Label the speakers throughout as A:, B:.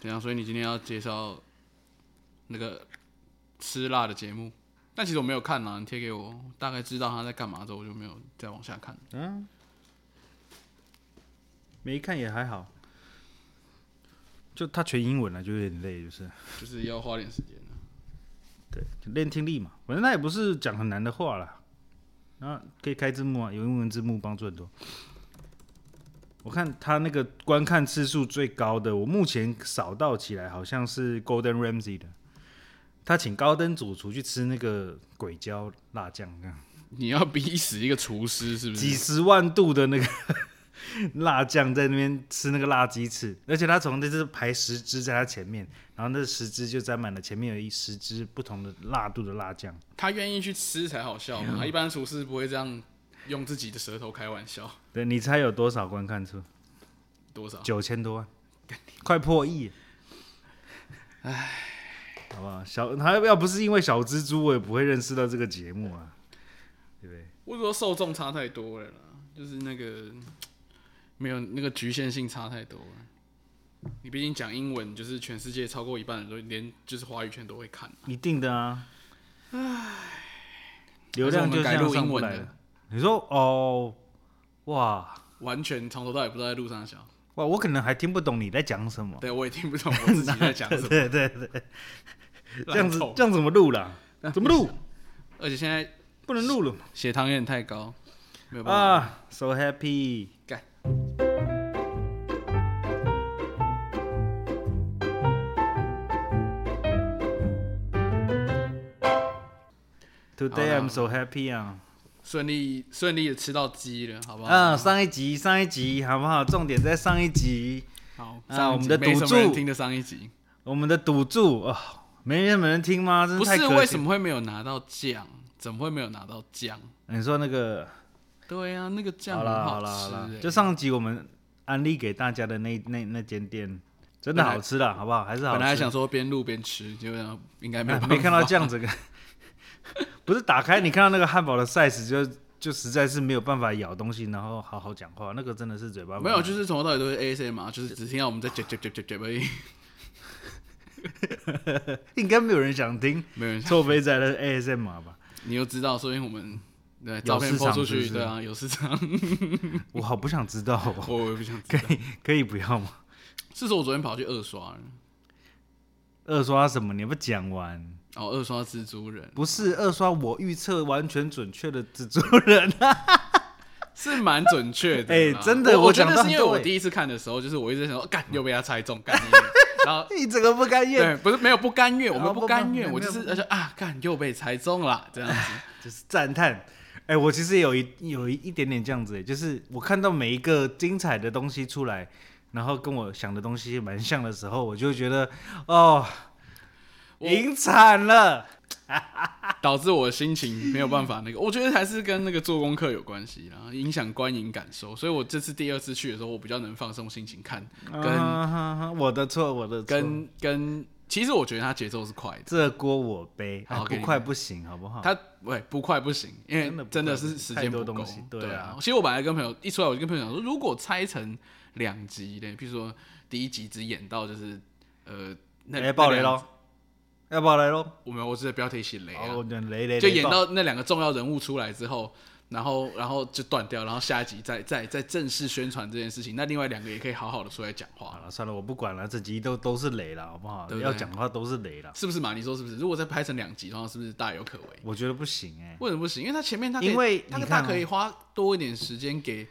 A: 怎啊样？所以你今天要介绍那个吃辣的节目，但其实我没有看啊，你贴给我，大概知道他在干嘛之后，我就没有再往下看。
B: 没看也还好，就他全英文了，就有点累，就是
A: 就是要花点时间的。
B: 对，就练听力嘛。反正他也不是讲很难的话啦，然后可以开字幕啊，有英文字幕帮助很多。我看他那个观看次数最高的，我目前扫到起来好像是 Golden Ramsy 的，他请高登主厨去吃那个鬼椒辣酱，这样
A: 你要逼死一个厨师是不
B: 几
A: 是？
B: 十万度的那个 辣酱在那边吃那个辣鸡翅，而且他从那只排十只在他前面，然后那十只就沾满了前面有一十只不同的辣度的辣酱。
A: 他愿意去吃才好笑嘛，一般厨师不会这样用自己的舌头开玩笑。
B: 对你猜有多少观看数？
A: 多少？
B: 九千多万，快破亿。唉，好不好？小他要不是因为小蜘蛛，我也不会认识到这个节目啊，对不对？
A: 我只说受众差太多了啦，就是那个没有那个局限性差太多了。你毕竟讲英文，就是全世界超过一半人都连就是华语圈都会看。
B: 一定的啊。流量就这
A: 还是我们改
B: 样
A: 录
B: 上
A: 英
B: 不
A: 文
B: 来了
A: 的，。
B: 你说哦，哇
A: 完全从头到尾不知道在路上想，
B: 哇，我可能还听不懂你在讲什么。
A: 对我也听不懂我自己在讲 什么，
B: 对对对，这样子
A: 烂透
B: 这样怎么录啦？
A: 啊
B: 怎么录？
A: 而且现在
B: 不能录了
A: 血糖有点太高，没有办法。
B: 啊！So happy，
A: 干
B: Today
A: 好
B: I'm
A: 啦
B: so happy 啊！
A: 顺利顺利的吃到鸡了，好不好？
B: 啊，上一集上一集好不好？重点在上一集，
A: 好，
B: 啊
A: 上一集
B: 我们的
A: 没什
B: 赌
A: 么人
B: 注
A: 听的上一集，
B: 我们的赌注哦，没人没人听吗？真
A: 不
B: 太
A: 是
B: 可惜
A: 为什？么会没有拿到酱？怎么会没有拿到酱？
B: 你说那个
A: 对啊，那个酱
B: 好
A: 很
B: 啦好
A: 好
B: 啦好
A: 吃、
B: 啦
A: 欸，，
B: 就上集我们安利给大家的那那那间店，真的
A: 本来
B: 好吃啦，好不好？还是好
A: 本
B: 吃。
A: 来想说边录边吃，结果应该没有
B: 啊
A: 办法、
B: 没看到酱这个，不是打开你看到那个汉堡的 size 就就实在是没有办法咬东西，然后好好讲话，那个真的是嘴巴
A: 没有，就是是从头到尾都是 ASMR，就是只听到我们在嚼嚼嚼嚼嚼而已，
B: 应该没有人想听
A: 没有人想。
B: 臭肥仔的 ASM r 吧？
A: 你又知道，所以我们对照片
B: 市场
A: 抛出
B: 是不
A: 去，
B: 是
A: 对啊，有市场，
B: 我好不想知道、哦，
A: 我我也不想知
B: 可
A: 道。
B: 以可以不要吗？
A: 是说我昨天跑去二刷了，
B: 二刷什么？你不讲完？
A: 哦，二刷蜘蛛人
B: 不是二刷，我预测完全准确的蜘蛛人 啊！
A: 是蛮准确的啦，
B: 哎真的
A: 我
B: 我
A: 觉
B: 讲到
A: 得是因为
B: 很
A: 我
B: 对嗯
A: 第一次看的时候，就是我一直在想说，干又被他猜中，干你娘，然 后。
B: 你这个不甘
A: 对，
B: 愿，
A: 不是没有不甘愿，我
B: 啊
A: 们
B: 不
A: 不甘
B: 没有
A: 愿，我
B: 没
A: 就
B: 有
A: 是而且啊，干又被猜中了 这样子。
B: 就是赞叹。哎、我其实有一有一一点点这样子、哎，就是我看到每一个精彩的东西出来，然后跟我想的东西蛮像的时候，我就觉得哦，
A: 我
B: 赢惨了。
A: 导致我的心情没有办法那个，我觉得还是跟那个做功课有关系啦，影响观影感受。所以我这次第二次去的时候，我比较能放松心情看，跟、
B: 啊哈哈 我的错，我的错，
A: 跟跟，其实我觉得它节奏是快的，
B: 这锅我背，哎
A: 好给
B: 不
A: 你
B: 快不行，好不好？
A: 它喂不快不行，因
B: 真的
A: 为
B: 不
A: 真的
B: 快不
A: 是
B: 行
A: 时
B: 太
A: 间
B: 多
A: 不
B: 东
A: 够
B: 西。对
A: 对
B: 啊
A: 啊，其实我本来跟朋友一出来，我就跟朋友讲说，如果拆成两集呢，比如说第一集只演到就是呃，那
B: 哎、
A: 那
B: 爆雷
A: 两
B: 喽！要爆雷喽！
A: 我没有，我只是标题写雷啊，
B: 哦，雷雷雷
A: 就演
B: 爆
A: 到那两个重要人物出来之后，然后然后就断掉，然后下一集再再再正式宣传这件事情。那另外两个也可以好好的出来讲
B: 好
A: 话，
B: 了，算了，我不管了，这集都都是雷了，好不好？
A: 对不
B: 要
A: 对
B: 讲的话都是雷了，
A: 是不是嘛？你说是不是？如果再拍成两集的话，是不是大有可为？
B: 我觉得不行哎、
A: 为什么不行？因为他前面他可以
B: 因为
A: 他
B: 你
A: 他
B: 看哦
A: 可以花多一点时间给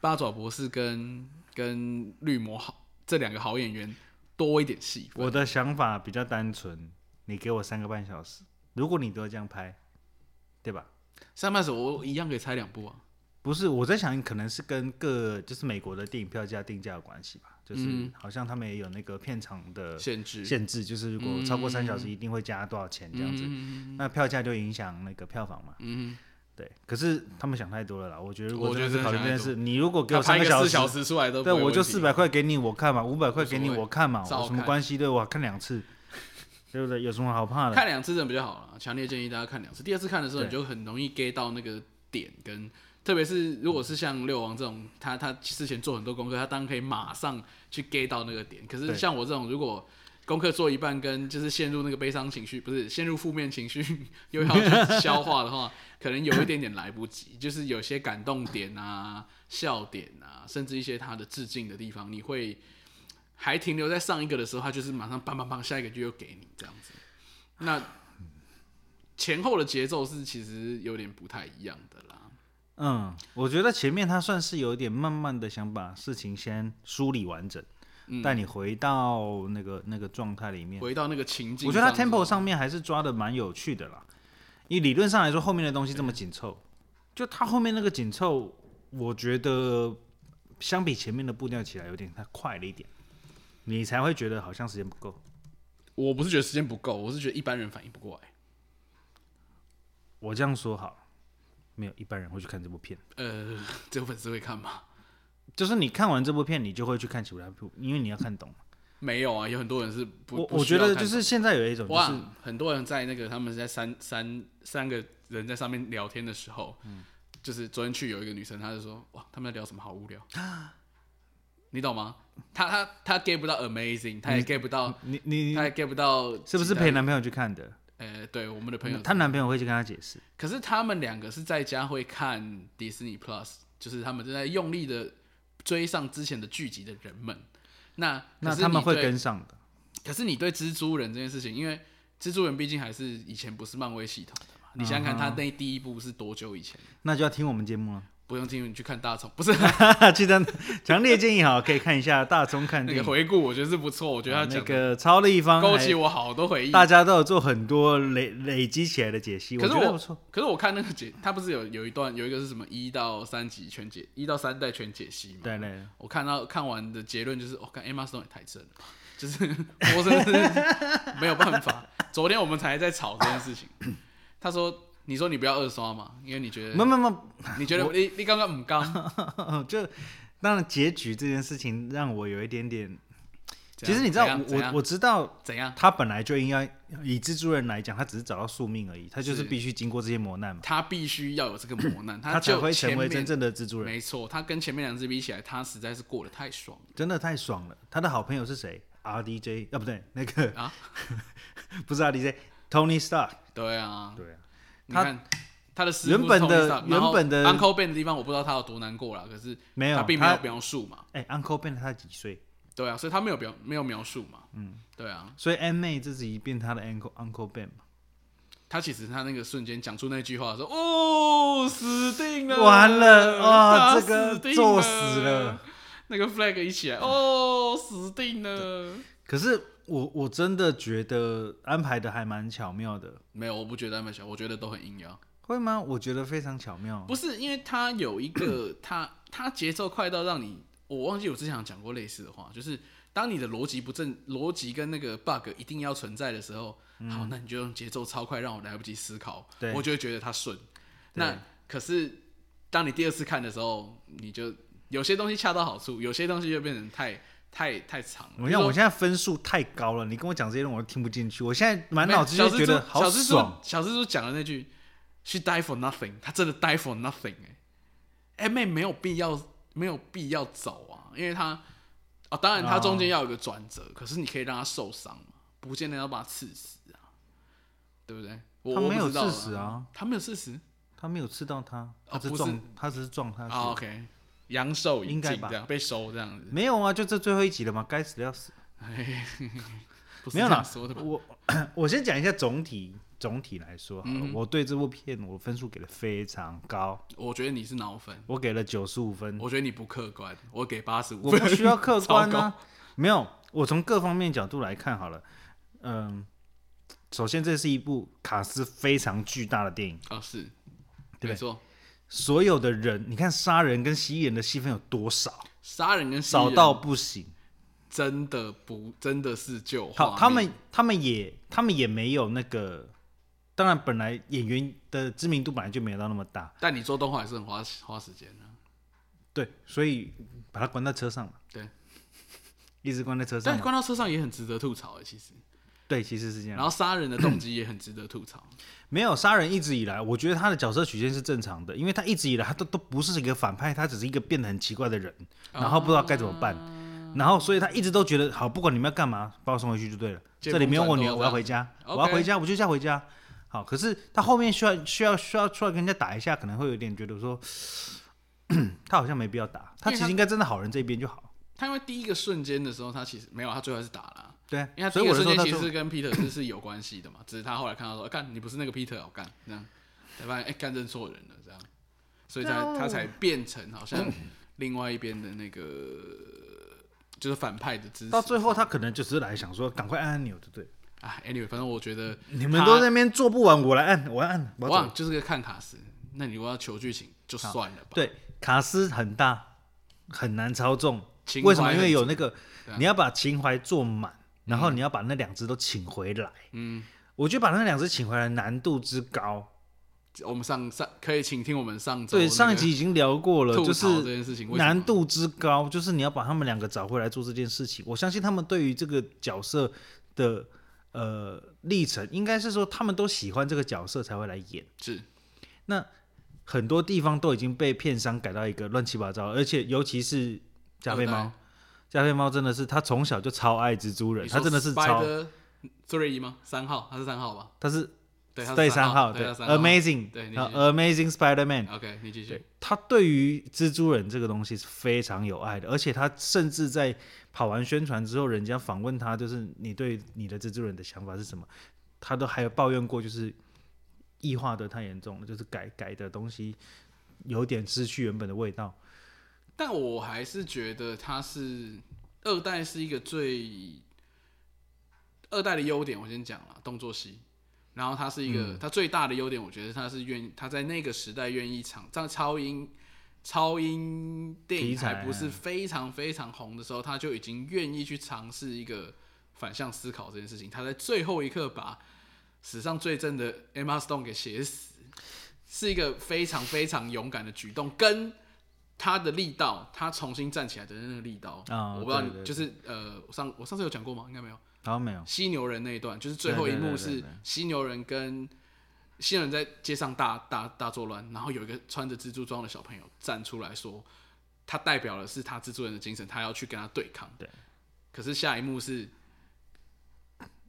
A: 八爪博士跟跟绿魔好这两个好演员多一点戏份。
B: 我的想法比较单纯，你给我三个半小时，如果你都要这样拍，对吧？
A: 上半时我一样可以拆两部啊，
B: 不是，我在想，可能是跟各就是美国的电影票价定价有关系吧，就是
A: 嗯
B: 好像他们也有那个片场的
A: 限制
B: 限制，就是如果超过三小时一定会加多少钱这样子，
A: 嗯
B: 那票价就影响那个票房嘛。
A: 嗯，
B: 对，可是他们想太多了啦，我觉得如果
A: 我
B: 真的
A: 觉得
B: 是考虑
A: 真
B: 这
A: 的
B: 件
A: 想太
B: 事，你如果给
A: 他
B: 我三
A: 拍
B: 个小
A: 四
B: 时
A: 小。时出来都
B: 对，
A: 不会
B: 我就
A: 问题啊
B: 四百块给你，我看嘛；五百块给你，
A: 无所谓
B: 我看嘛。
A: 照
B: 有什么
A: 看
B: 关系？对我看两 次，对不对？有什么好怕的？
A: 看两次真的比较好了，强烈建议大家看两次。第二次看的时候，
B: 对
A: 你就很容易 get 到那个点跟特别是如果是像六王这种，他他事前做很多功课，他当然可以马上去 get 到那个点。可是
B: 对
A: 像我这种，如果功课做一半，跟就是陷入那个悲伤情绪，不是陷入负面情绪， 又要去消化的 话，可能有一点点来不及。就是有些感动点啊、笑点啊，甚至一些他的致敬的地方，你会还停留在上一个的时候，他就是马上砰砰砰，下一个就又给你这样子。那前后的节奏是其实有点不太一样的啦。
B: 嗯，我觉得前面他算是有一点慢慢的想把事情先梳理完整，带你回到那个那个状态里面。
A: 回到那个情境，
B: 我觉得他 tempo 上面还是抓的蛮有趣的啦，因为理论上来说，后面的东西这么紧凑，就他后面那个紧凑，我觉得相比前面的步调起来有点太快了一点，你才会觉得好像时间不够。
A: 我不是觉得时间不够，我是觉得一般人反应不过来。
B: 我这样说好了，没有一般人会去看这部片。
A: 呃， 只有粉丝会看吗？
B: 就是你看完这部片，你就会去看其他部，因为你要看懂。
A: 没有啊，有很多人是不，
B: 我
A: 不
B: 我
A: 需
B: 觉
A: 要
B: 得
A: 看
B: 就是现在有一种就
A: 哇，
B: 是
A: 很多人在那个他们在三三三个人在上面聊天的时候，就是昨天去有一个女生，她就说哇，他们在聊什么好无 聊，你懂吗？她她她 get 不到 amazing，她也 get 不到，
B: 你你
A: 她也 get 不到，
B: 是不是陪？男朋友去看的？
A: 呃，对，我们的朋友
B: 她男朋友会去跟她解释。
A: 可是他们两个是在家会看迪士尼 Plus，就是他们正在用力的追上之前的剧集的人们。那
B: 那
A: 可是
B: 他们
A: 你
B: 会
A: 对
B: 跟上的。
A: 可是你对蜘蛛人这件事情，因为蜘蛛人毕竟还是以前不是漫威系统的嘛，你想想
B: 嗯
A: 看，他那第一部是多久以前？
B: 那就要听我们节目了。
A: 不用听你去看大虫， 不是
B: 记得强烈建议哈，可以看一下大钟看
A: 那个
B: 电影，啊
A: 回顾，我觉得是不错，我觉得他
B: 那
A: 讲的
B: 个超立方
A: 勾
B: 还
A: 起我好多回忆。
B: 大家都有做很多累累积起来的解析，
A: 可是
B: 觉得
A: 我
B: 不错。
A: 可是我看那个解，他不是有有一段有一个是什么一到三集全解，一到三代全解析嘛？
B: 对对，
A: 我看到看完的结论就是，我、看 Emma Stone 也太正了吧，就是 我真的是没有办法。昨天我们才在吵这件事情， 他说：“你说你不要二刷嘛，因为你觉
B: 没
A: 得
B: 没没，嗯
A: 你觉得你你刚刚唔刚，
B: 就当然结局这件事情让我有一点点。
A: 怎
B: 其
A: 样
B: 实你知道，
A: 怎样
B: 我
A: 怎
B: 我
A: 样
B: 我知道
A: 怎样？
B: 他本来就应该以蜘蛛人来讲，他只是找到宿命而已，他就是
A: 是
B: 必须经过这些磨难嘛，
A: 他必须要有这个磨难，
B: 他才
A: 就
B: 会
A: 前
B: 成为真
A: 面
B: 正的蜘蛛人。
A: 没错，他跟前面两只比起来，他实在是过得太爽了。
B: 真的太爽了！他的好朋友是谁？RDJ 啊，不对，那个
A: 啊，
B: 不是 RDJ，Tony Stark。
A: 对啊，
B: 对啊，
A: 你
B: 他
A: 看他的师傅
B: 原本的
A: Tony Stark，
B: 原
A: 然后
B: 本的
A: Uncle Ben 的地方，我不知道他有多难过啦，可是
B: 没有
A: 他并没有
B: 他
A: 描述嘛。
B: 哎、u n c l e Ben 他几岁？
A: 对啊，所以他没有表没有描述嘛。嗯，对啊，
B: 所以 M 妹自己变他的 Uncle Uncle Ben 嘛。
A: 他其实他那个瞬间讲出那句话的时候，哦，死定了，
B: 完了
A: 他
B: 哇这个
A: 死定
B: 作死了，
A: 那个 flag 一起来，哦，死定了。
B: 可是我我真的觉得安排的还蛮巧妙的，
A: 没有，我不觉得那么小，我觉得都很硬要。
B: 会吗？我觉得非常巧妙。
A: 不是因为他有一 个他他节奏快到让你，我忘记我之前有讲过类似的话，就是当你的逻辑不正，逻辑跟那个 bug 一定要存在的时候，
B: 嗯
A: 好，那你就用节奏超快让我来不及思考，
B: 对
A: 我就会觉得它顺。那可是当你第二次看的时候，你就有些东西恰到好处，有些东西就变成太太太长了。
B: 我想
A: 比
B: 我
A: 如说
B: 现在分数太高了，你跟我讲这些东西我都听不进去。我现在满
A: 没
B: 脑子
A: 小
B: 就
A: 蜘
B: 觉得
A: 蛛
B: 好
A: 小蜘蛛
B: 爽。
A: 小蜘蛛讲的那句 “She die for nothing”，她真的 die for nothing 哎、m 妹没有必要，没有必要走啊，因为她啊，当然她中间要有个转折，
B: 哦
A: 可是你可以让她受伤嘛，不见得要把她刺死啊，对不对？我
B: 她没有
A: 我不知道啦
B: 刺死啊，
A: 她没有刺死
B: 他没有刺到他，他
A: 哦
B: 只
A: 不
B: 撞，
A: 是
B: 他只是撞他
A: 啊
B: 的手。
A: ，OK，阳寿
B: 应
A: 已
B: 该
A: 尽
B: 吧
A: 这样被收这样 子，
B: 没有啊，就这最后一集了嘛，该死的要死。
A: 不是
B: 没
A: 这
B: 有啦
A: 样说的吧？
B: 我 我先讲一下总体，总体来说好了，
A: 嗯
B: 我对这部片我分数给的非常高，
A: 我觉得你是脑粉，
B: 我给了九十五分，
A: 我觉得你不客观，我给八十五
B: 我不
A: 分，
B: 需要客 观
A: 糟
B: 啊。没有，我从各方面角度来看好了，嗯，首先这是一部卡斯非常巨大的电影，
A: 啊，是，
B: 对
A: 没错。
B: 所有的人，你看杀人跟蜥蜴人的戏份有多少，
A: 杀人跟蜥蜴
B: 少
A: 人
B: 到不行。
A: 真的不真的是就画
B: 好，
A: 面
B: 他们他们也他们也没有那个，当然本来演员的知名度本来就没有到那么大，
A: 但你做动画也是很花花时间啊的、
B: 对，所以把他关在车上嘛，
A: 对，
B: 一直关在车上
A: 但
B: 嘛。
A: 关到车上也很值得吐槽哎、其实
B: 对，其实是这样
A: 然。后杀人的动机也很值得吐槽。
B: 没有杀人一直以来，我觉得他的角色曲线是正常的，因为他一直以来他都都不是一个反派，他只是一个变得很奇怪的人，
A: 哦
B: 然后不知道该怎么办，然后所以他一直都觉得好，不管你们要干嘛，把我送回去就对了。
A: 见
B: 这里没有我女
A: 风转
B: 儿，
A: 舵
B: 我要回家，
A: 这样
B: 我要
A: OK
B: 回家，我就下回家。好，可是他后面需要需要需要出来跟人家打一下，可能会有点觉得说， 他好像没必要打，他
A: 因为
B: 其
A: 他
B: 实应该站在好人这边就好。
A: 他因为第一个瞬间的时候，他其实没有，他最后还是打了。啊
B: 对
A: 因为他，第
B: 所以
A: 一
B: 我
A: 个
B: 就
A: 瞬间
B: 说他
A: 其
B: 说
A: 实是跟 Peter 是是有关系的嘛，只是他后来看到说，啊干、你不是那个 Peter，我、干这样，才发现哎干、认错人了这样，所以才、
B: 啊
A: 他才变成好像另外一边的那个就是反派的支持。
B: 到最后他可能就只是来想说，赶快按按钮，对不对？
A: 啊，anyway，反正我觉得
B: 你们
A: 他
B: 都在那边做不完，我来按，我要按，我要走
A: 忘就是个看卡斯，那你如果要求剧情就算了吧。
B: 对，卡斯很大，很难操纵。
A: 情
B: 为什么？
A: 怀
B: 因为
A: 很啊
B: 有
A: 重
B: 那个，你要把情怀做满，然后你要把那两只都请回来。
A: 嗯，
B: 我觉得把那两只请回来难度之高。
A: 我们上上可以请听我们上周
B: 对，
A: 那
B: 上一
A: 个
B: 集已经聊过了，
A: 吐
B: 就
A: 槽这
B: 是
A: 件事情为什么
B: 难度之高，就是你要把他们两个找回来做这件事情。我相信他们对于这个角色的呃历程，应该是说他们都喜欢这个角色才会来演。
A: 是
B: 那很多地方都已经被片商改到一个乱七八糟，而且尤其是加菲猫，加菲猫真的是他从小就超爱蜘蛛人，他真的是超，
A: 嗯 three 吗？三号，他是三号吧？
B: 他是
A: 对，他
B: 对
A: 是三
B: 三号，
A: 对他是三号。
B: ，Amazing，
A: 对你
B: 啊 Amazing Spider-Man，
A: OK，你继续。
B: 他对于蜘蛛人这个东西是非常有爱的，而且他甚至在跑完宣传之后，人家访问他，就是你对你的蜘蛛人的想法是什么，他都还有抱怨过，就是异化的太严重了，就是改改的东西有点失去原本的味道。
A: 但我还是觉得他是二代是一个最二代的优点，我先讲了动作戏。然后他是一个，他最大的优点，我觉得他是愿意，他在那个时代愿意尝，在超英超英电
B: 题
A: 影
B: 材
A: 还不是非常非常红的时候，他就已经愿意去尝试一个反向思考这件事情。他在最后一刻把史上最正的 Emma Stone 给写死，是一个非常非常勇敢的举动，跟他的力道，他重新站起来的那个力道。
B: 啊
A: 我不知道你
B: 对对对
A: 就是呃，我上我上次有讲过吗？应该没有。
B: 然后没有，
A: 犀牛人那一段，就是最后一幕是犀牛人跟犀牛人在街上大大大作乱，然后有一个穿着蜘蛛装的小朋友站出来说，他代表的是他蜘蛛人的精神，他要去跟他对抗。
B: 对。
A: 可是下一幕是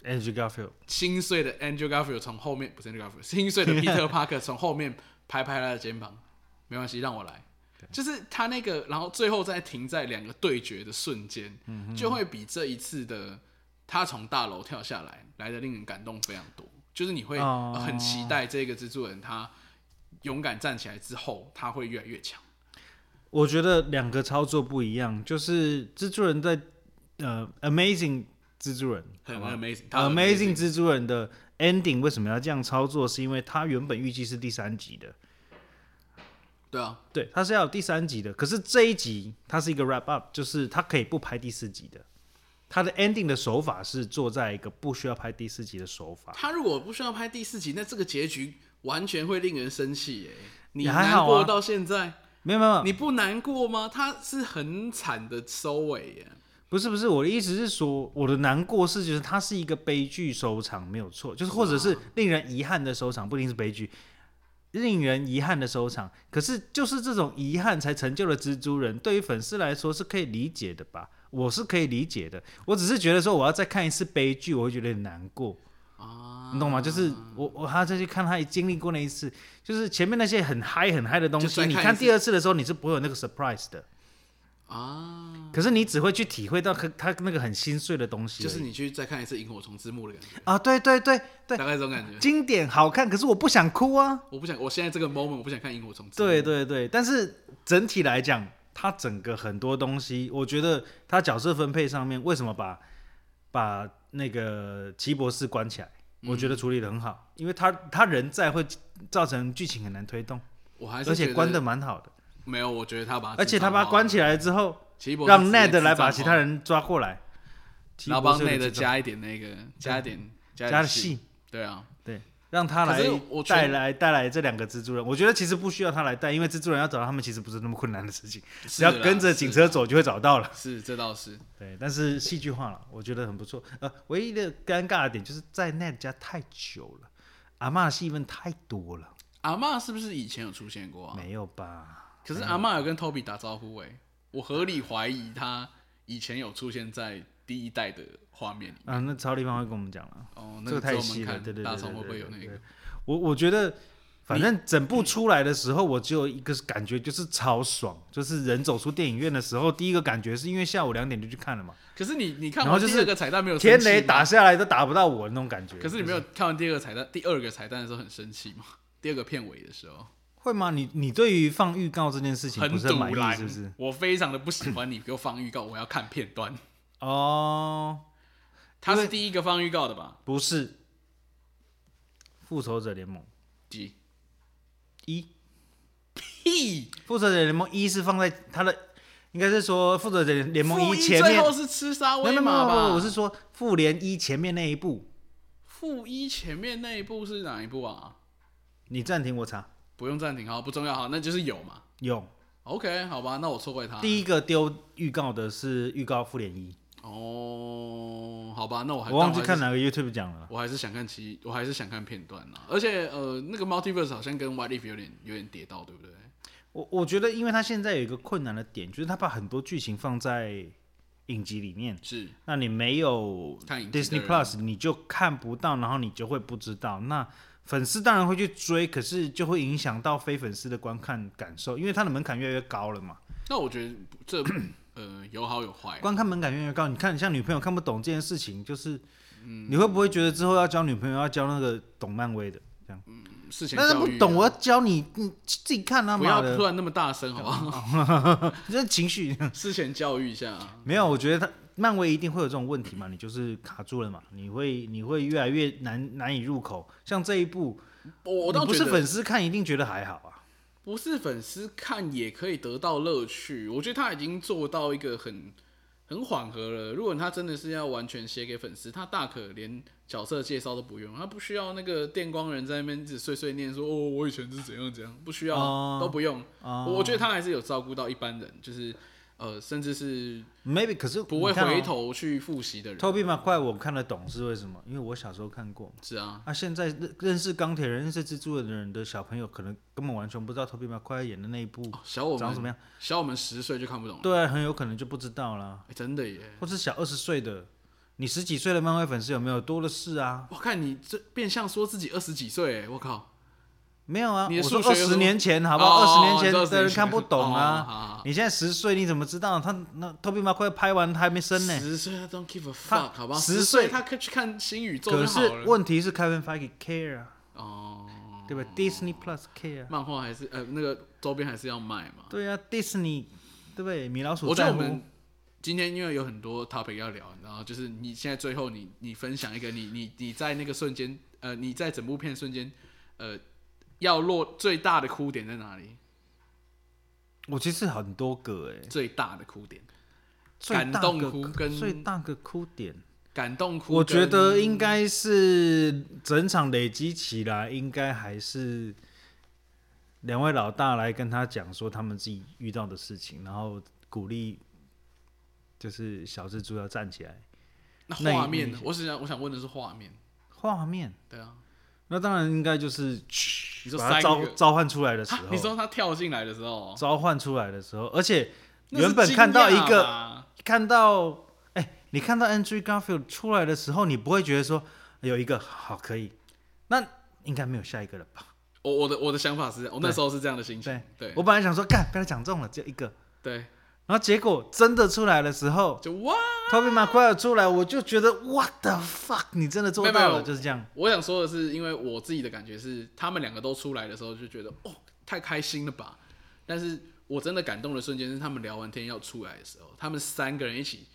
B: Andrew Garfield
A: 心碎的 Andrew Garfield 从后面，不是 Andrew Garfield，心 碎的 Peter Parker 从后面拍拍他的肩膀，没关系，让我来。就是他那个，然后最后再停在两个对决的瞬间，
B: 嗯
A: 就会比这一次的他从大楼跳下来来的令人感动非常多。就是你会
B: 哦
A: 呃很期待这个蜘蛛人他勇敢站起来之后，他会越来越强。
B: 我觉得两个操作不一样，就是蜘蛛人在呃 Amazing 蜘蛛人，
A: 很
B: 好吧
A: amazing，他很
B: Amazing 蜘蛛人的 ending 为什么要这样操作？是因为他原本预计是第三集的，
A: 对啊，
B: 对，他是要有第三集的。可是这一集它是一个 wrap up，就是他可以不拍第四集的。他的 ending 的手法是做在一个不需要拍第四集的手法。
A: 他如果不需要拍第四集，那这个结局完全会令人生气耶、你
B: 也还
A: 难
B: 好啊
A: 过到现在，
B: 没有没有，没 有
A: 你不难过吗？他是很惨的收尾耶。
B: 不是不是，我的意思是说，我的难过是觉得它是一个悲剧收场，没有错，就是或者是
A: 啊
B: 令人遗憾的收场，不一定是悲剧，令人遗憾的收场。可是就是这种遗憾才成就了蜘蛛人，对于粉丝来说是可以理解的吧？我是可以理解的，我只是觉得说我要再看一次悲剧，我会觉得很难过。
A: 啊
B: 你懂吗？就是我我还要再去看他经历过那一次，就是前面那些很嗨很嗨的东
A: 就
B: 西，
A: 再看
B: 你
A: 一
B: 看
A: 次
B: 第二次的时候你是不会有那个 surprise 的。
A: 啊，
B: 可是你只会去体会到他他那个很心碎的东西而已，
A: 就是你去再看一次《萤火虫之墓》的感觉，
B: 啊，对对对对，
A: 大概这种感觉。
B: 经典好看，可是我不想哭啊。
A: 我不想，我现在这个 moment 我不想看《萤火虫之墓》。
B: 对对对，但是整体来讲，他整个很多东西，我觉得他角色分配上面为什么把把那个齐博士关起来，我觉得处理的很好，因为他他人在会造成剧情很难推动，
A: 我还是
B: 而
A: 觉
B: 且
A: 得
B: 关的蛮好的，
A: 没有，我觉得他把，
B: 而且他把他关起来之后，
A: 来
B: 让 Ned 来把其他，人抓过来，
A: 然后帮
B: 齐博士
A: Ned
B: 的
A: 加一点那个，加一点
B: 嗯加
A: 点
B: 戏。
A: 对啊，
B: 对，让他
A: 可
B: 来
A: 是我全
B: 带来带来这两个蜘蛛人，我觉得其实不需要他来带，因为蜘蛛人要找到他们其实不是那么困难的事情，只要
A: 是啦
B: 跟着警车走就会找到了。
A: 是这倒是，
B: 对，但是戏剧化了，我觉得很不错。呃，唯一的尴尬的点就是在那家太久了，阿嬷的戏份太多了，
A: 阿嬷是不是以前有出现过啊？
B: 没有吧？
A: 可是阿嬷有跟 Toby 打招呼哎、我合理怀疑他以前有出现在第一代的画面里。
B: 啊，那超立方会跟我们讲了，
A: 哦，那
B: 这个
A: 之
B: 太
A: 后我
B: 细
A: 们
B: 了，
A: 看
B: 对对对
A: 大
B: 对
A: 葱会不会
B: 对
A: 有那
B: 对
A: 个？
B: 我我觉得，反正整部出来的时候，我只有一个感觉，就是超爽，就是人走出电影院的时候，第一个感觉是因为下午两点就去看了嘛，
A: 可是你你看
B: 然后
A: 完
B: 就
A: 第
B: 是
A: 二个彩蛋没有生
B: 天
A: 气
B: 雷
A: 吗
B: 打下来都打不到我那种感觉。
A: 可是你没有看完第二个彩蛋，第二个彩蛋的时候很生气吗？第二个片尾的时候
B: 会吗？你你对于放预告这件事情
A: 很
B: 不是很满
A: 堵
B: 意，
A: 然，
B: 是不是？
A: 我非常的不喜欢你给我放预告，我要看片 段。
B: 哦、
A: 他是第一个放预告的吧？
B: 不是，复仇者联盟
A: 几
B: 一，
A: 屁？
B: 复仇者联盟一是放在它的，应该是说复仇者联盟
A: 负
B: 一前
A: 最
B: 面，
A: 后是吃沙
B: 没
A: 威
B: 有没
A: 玛
B: 有没
A: 吧？
B: 有，我是说复联一前面那一部，
A: 负一前面那一部是哪一部啊？
B: 你暂停我查，
A: 不用暂停，好，不重要，好，那就是有嘛。
B: 有
A: OK，好吧，那我错怪他。
B: 第一个丢预告的是预告复联一，
A: 哦，好吧，那我还
B: 我忘记看，
A: 但
B: 哪个 YouTube 讲了，
A: 我还是我还是想看其，我还是想看片段啦。而且呃，那个 Multiverse 好像跟 What If 有点有点跌到，对不对？
B: 我我觉得因为它现在有一个困难的点，就是它把很多剧情放在影集里面。
A: 是
B: 那你没有
A: 看影集的
B: Disney
A: 人
B: Plus，你就看不到，然后你就会不知道。那粉丝当然会去追，可是就会影响到非粉丝的观看感受，因为它的门槛越来越高了嘛。
A: 那我觉得这 呃有好有坏。
B: 观看门槛越来越高，你看像女朋友看不懂这件事情，就是、
A: 嗯
B: 你会不会觉得之后要教女朋友要教那个懂漫威的这样？
A: 事前
B: 但是
A: 教
B: 不
A: 育啊
B: 懂，我要教你，你自己看啊，
A: 不
B: 妈
A: 要突
B: 的，
A: 然那么大声，好不 好？
B: 这情绪
A: 事前教育一下啊。
B: 没有，我觉得他漫威一定会有这种问题嘛，你就是卡住了嘛，你会你会越来越难难以入口。像这一部，
A: 我我
B: 你
A: 倒
B: 不
A: 觉
B: 是
A: 得
B: 粉丝看一定觉得还好啊。
A: 不是粉丝看也可以得到乐趣，我觉得他已经做到一个很很缓和了。如果他真的是要完全写给粉丝，他大可连角色介绍都不用，他不需要那个电光人在那边一直碎碎念说哦，我以前是怎样怎样，不需要、
B: 哦
A: 都不用。
B: 啊、
A: 我我觉得他还是有照顾到一般人，就是呃，甚至是
B: m a y b e 可是
A: 不会回头去复习的人。
B: Toby 嘛，怪我看得懂是为什么？因为我小时候看过。
A: 是啊，
B: 啊，现在认认识钢铁人、认识蜘蛛人的人的小朋友，可能根本完全不知道 Toby 嘛快演的那一部
A: 哦小我
B: 长什
A: 们
B: 么样。
A: 小我们十岁就看不懂了，
B: 对啊，很有可能就不知道啦。
A: 哎真的耶！
B: 或是小二十岁的，你十几岁的漫威粉丝有没有多的是啊？
A: 我看你这变相说自己二十几岁，哎我靠！
B: 没有啊，
A: 你的
B: 我说
A: 数
B: 二
A: 学
B: 十年前，好不
A: 哦
B: 好？二
A: 哦
B: 十年
A: 你
B: 前
A: 说
B: 的人
A: 20
B: 看不懂
A: 哦好
B: 啊。
A: 好好
B: 你现在十岁，你怎么知道他那 Toby 嘛快拍完他还没生呢？
A: 十岁他 don't give a
B: 他
A: fuck，好吧？
B: 10
A: 十岁
B: 岁
A: 他可以去看新宇宙
B: 可
A: 就好
B: 是
A: 了。
B: 问题是 Kevin Feige care 啊，
A: 哦，
B: 对吧？Disney Plus care，啊
A: 漫画还是呃那个周边还是要卖嘛。
B: 对啊，Disney 对不对？米老鼠
A: 哦我觉
B: 在
A: 得我
B: 乎
A: 们今天因为有很多 topic 要聊，然后就是你现在最后你你分享一个你你你在那个瞬间呃你在整部片瞬间呃要落最大的哭点在哪里？
B: 我其实很多个哎，
A: 最大的哭点，
B: 最
A: 感
B: 大
A: 动
B: 个
A: 哭跟
B: 最大个哭点，
A: 感动哭跟。
B: 我觉得应该是整场累积起来，应该还是两位老大来跟他讲说他们自己遇到的事情，然后鼓励就是小蜘蛛要站起来。
A: 那
B: 那你
A: 画面呢？我只想我想问的是画面，
B: 画面，
A: 对啊。
B: 那当然应该就是
A: 你说
B: 把他
A: 三
B: 召
A: 个
B: 召唤出来的时
A: 啊
B: 候，
A: 你说他跳进来的时候，哦
B: 召唤出来的时候，而且
A: 那是
B: 原本看到一
A: 惊讶
B: 个
A: 吧
B: 看到，哎、你看到 Andrew Garfield 出来的时候，你不会觉得说有一个好可以，那应该没有下一个了吧？
A: 我我的我的想法是，我那时候是这样的心情，对
B: 我本来想说，干，被他讲中了，只有一个，
A: 对，
B: 然后结果真的出来的时候
A: 就哇！
B: ，Toby Maguire 出来，我就觉得 What the fuck，你真的做
A: 没有
B: 到
A: 没
B: 了，
A: 有
B: 就是这样。
A: 我想说的是，因为我自己的感觉是，他们两个都出来的时候就觉得哦，太开心了吧！但是我真的感动的瞬间是他们聊完天要出来的时候，他们三个人一起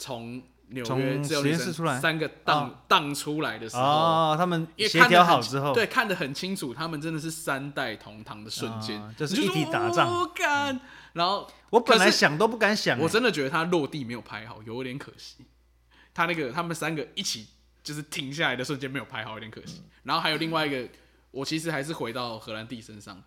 A: 从纽约
B: 从
A: 自由
B: 实
A: 女
B: 验
A: 神
B: 室出来
A: 三个荡荡出来的时候，
B: 哦，他们
A: 因为
B: 协
A: 看得
B: 调
A: 很
B: 好之后，
A: 对，看得很清楚，他们真的是三代同堂的瞬间
B: 啊，就是
A: 你
B: 一体打仗嗯
A: 说我敢，然后
B: 我本来
A: 可是
B: 想都不敢想、
A: 我
B: 哎
A: 真的觉得他落地没有拍好，有点可惜。他那个他们三个一起就是停下来的瞬间没有拍好，有点可惜。然后还有另外一个，我其实还是回到荷兰弟身上，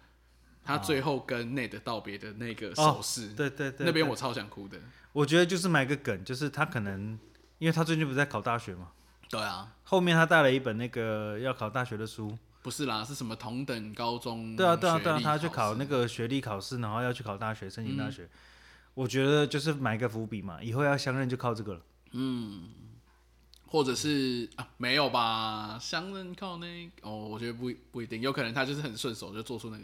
A: 他最后跟 Ned 道别的那个手势，
B: 对对哦对，
A: 那边
B: 对
A: 我超想哭的。
B: 我觉得就是埋个梗，就是他可能因为他最近不是在考大学嘛，
A: 对啊，
B: 后面他带了一本那个要考大学的书，
A: 不是啦，是什么同等高中？
B: 对啊对啊对啊，他去
A: 嗯考嗯
B: 考那个学历考试，然后要去考大学，申请大学。我觉得就是埋个伏笔嘛，以后要相认就靠这个了。
A: 或者是啊，没有吧？相认靠那哦，我觉得不不一定，有可能他就是很顺手就做出那个。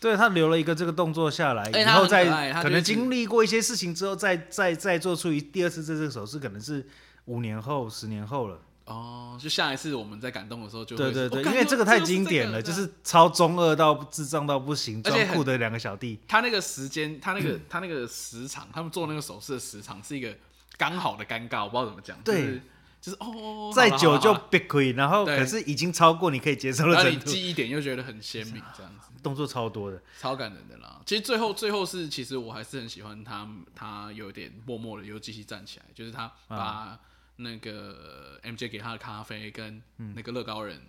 B: 对他留了一个这个动作下来，
A: 哎
B: 以
A: 他很
B: 后
A: 可爱
B: 再
A: 他
B: 可
A: 就
B: 能
A: 是
B: 经历过一些事情之后，再再再做出一第二次这这个手势，可能是五年后、十年后了。
A: 哦，就下一次我们在感动的时候就会
B: 对对
A: 说
B: 对，
A: 哦
B: 因
A: 干
B: 为这个太
A: 就是
B: 经典
A: 这
B: 了，
A: 个对
B: 就
A: 啊
B: 是超中二到智障到不行，
A: 而
B: 装
A: 且很
B: 酷的两个小弟。
A: 他那个时间，他那
B: 嗯
A: 个他那个时长，他们做那个手势的时长是一个刚好的尴尬，我不知道怎么讲，
B: 对
A: 就是，就是哦哦，哦
B: 再久就
A: 好了
B: 别亏，然后
A: 对
B: 可是已经超过你可以接受
A: 好了然
B: 的
A: 后
B: 程
A: 你
B: 度，
A: 记忆点又觉得很鲜明，这样子
B: 动作超多的。
A: 超感人的啦。其实最后最后是，其实我还是很喜欢他，他有点默默的又继续站起来，就是他
B: 啊
A: 把那个 MJ 给他的咖啡跟那个乐高人。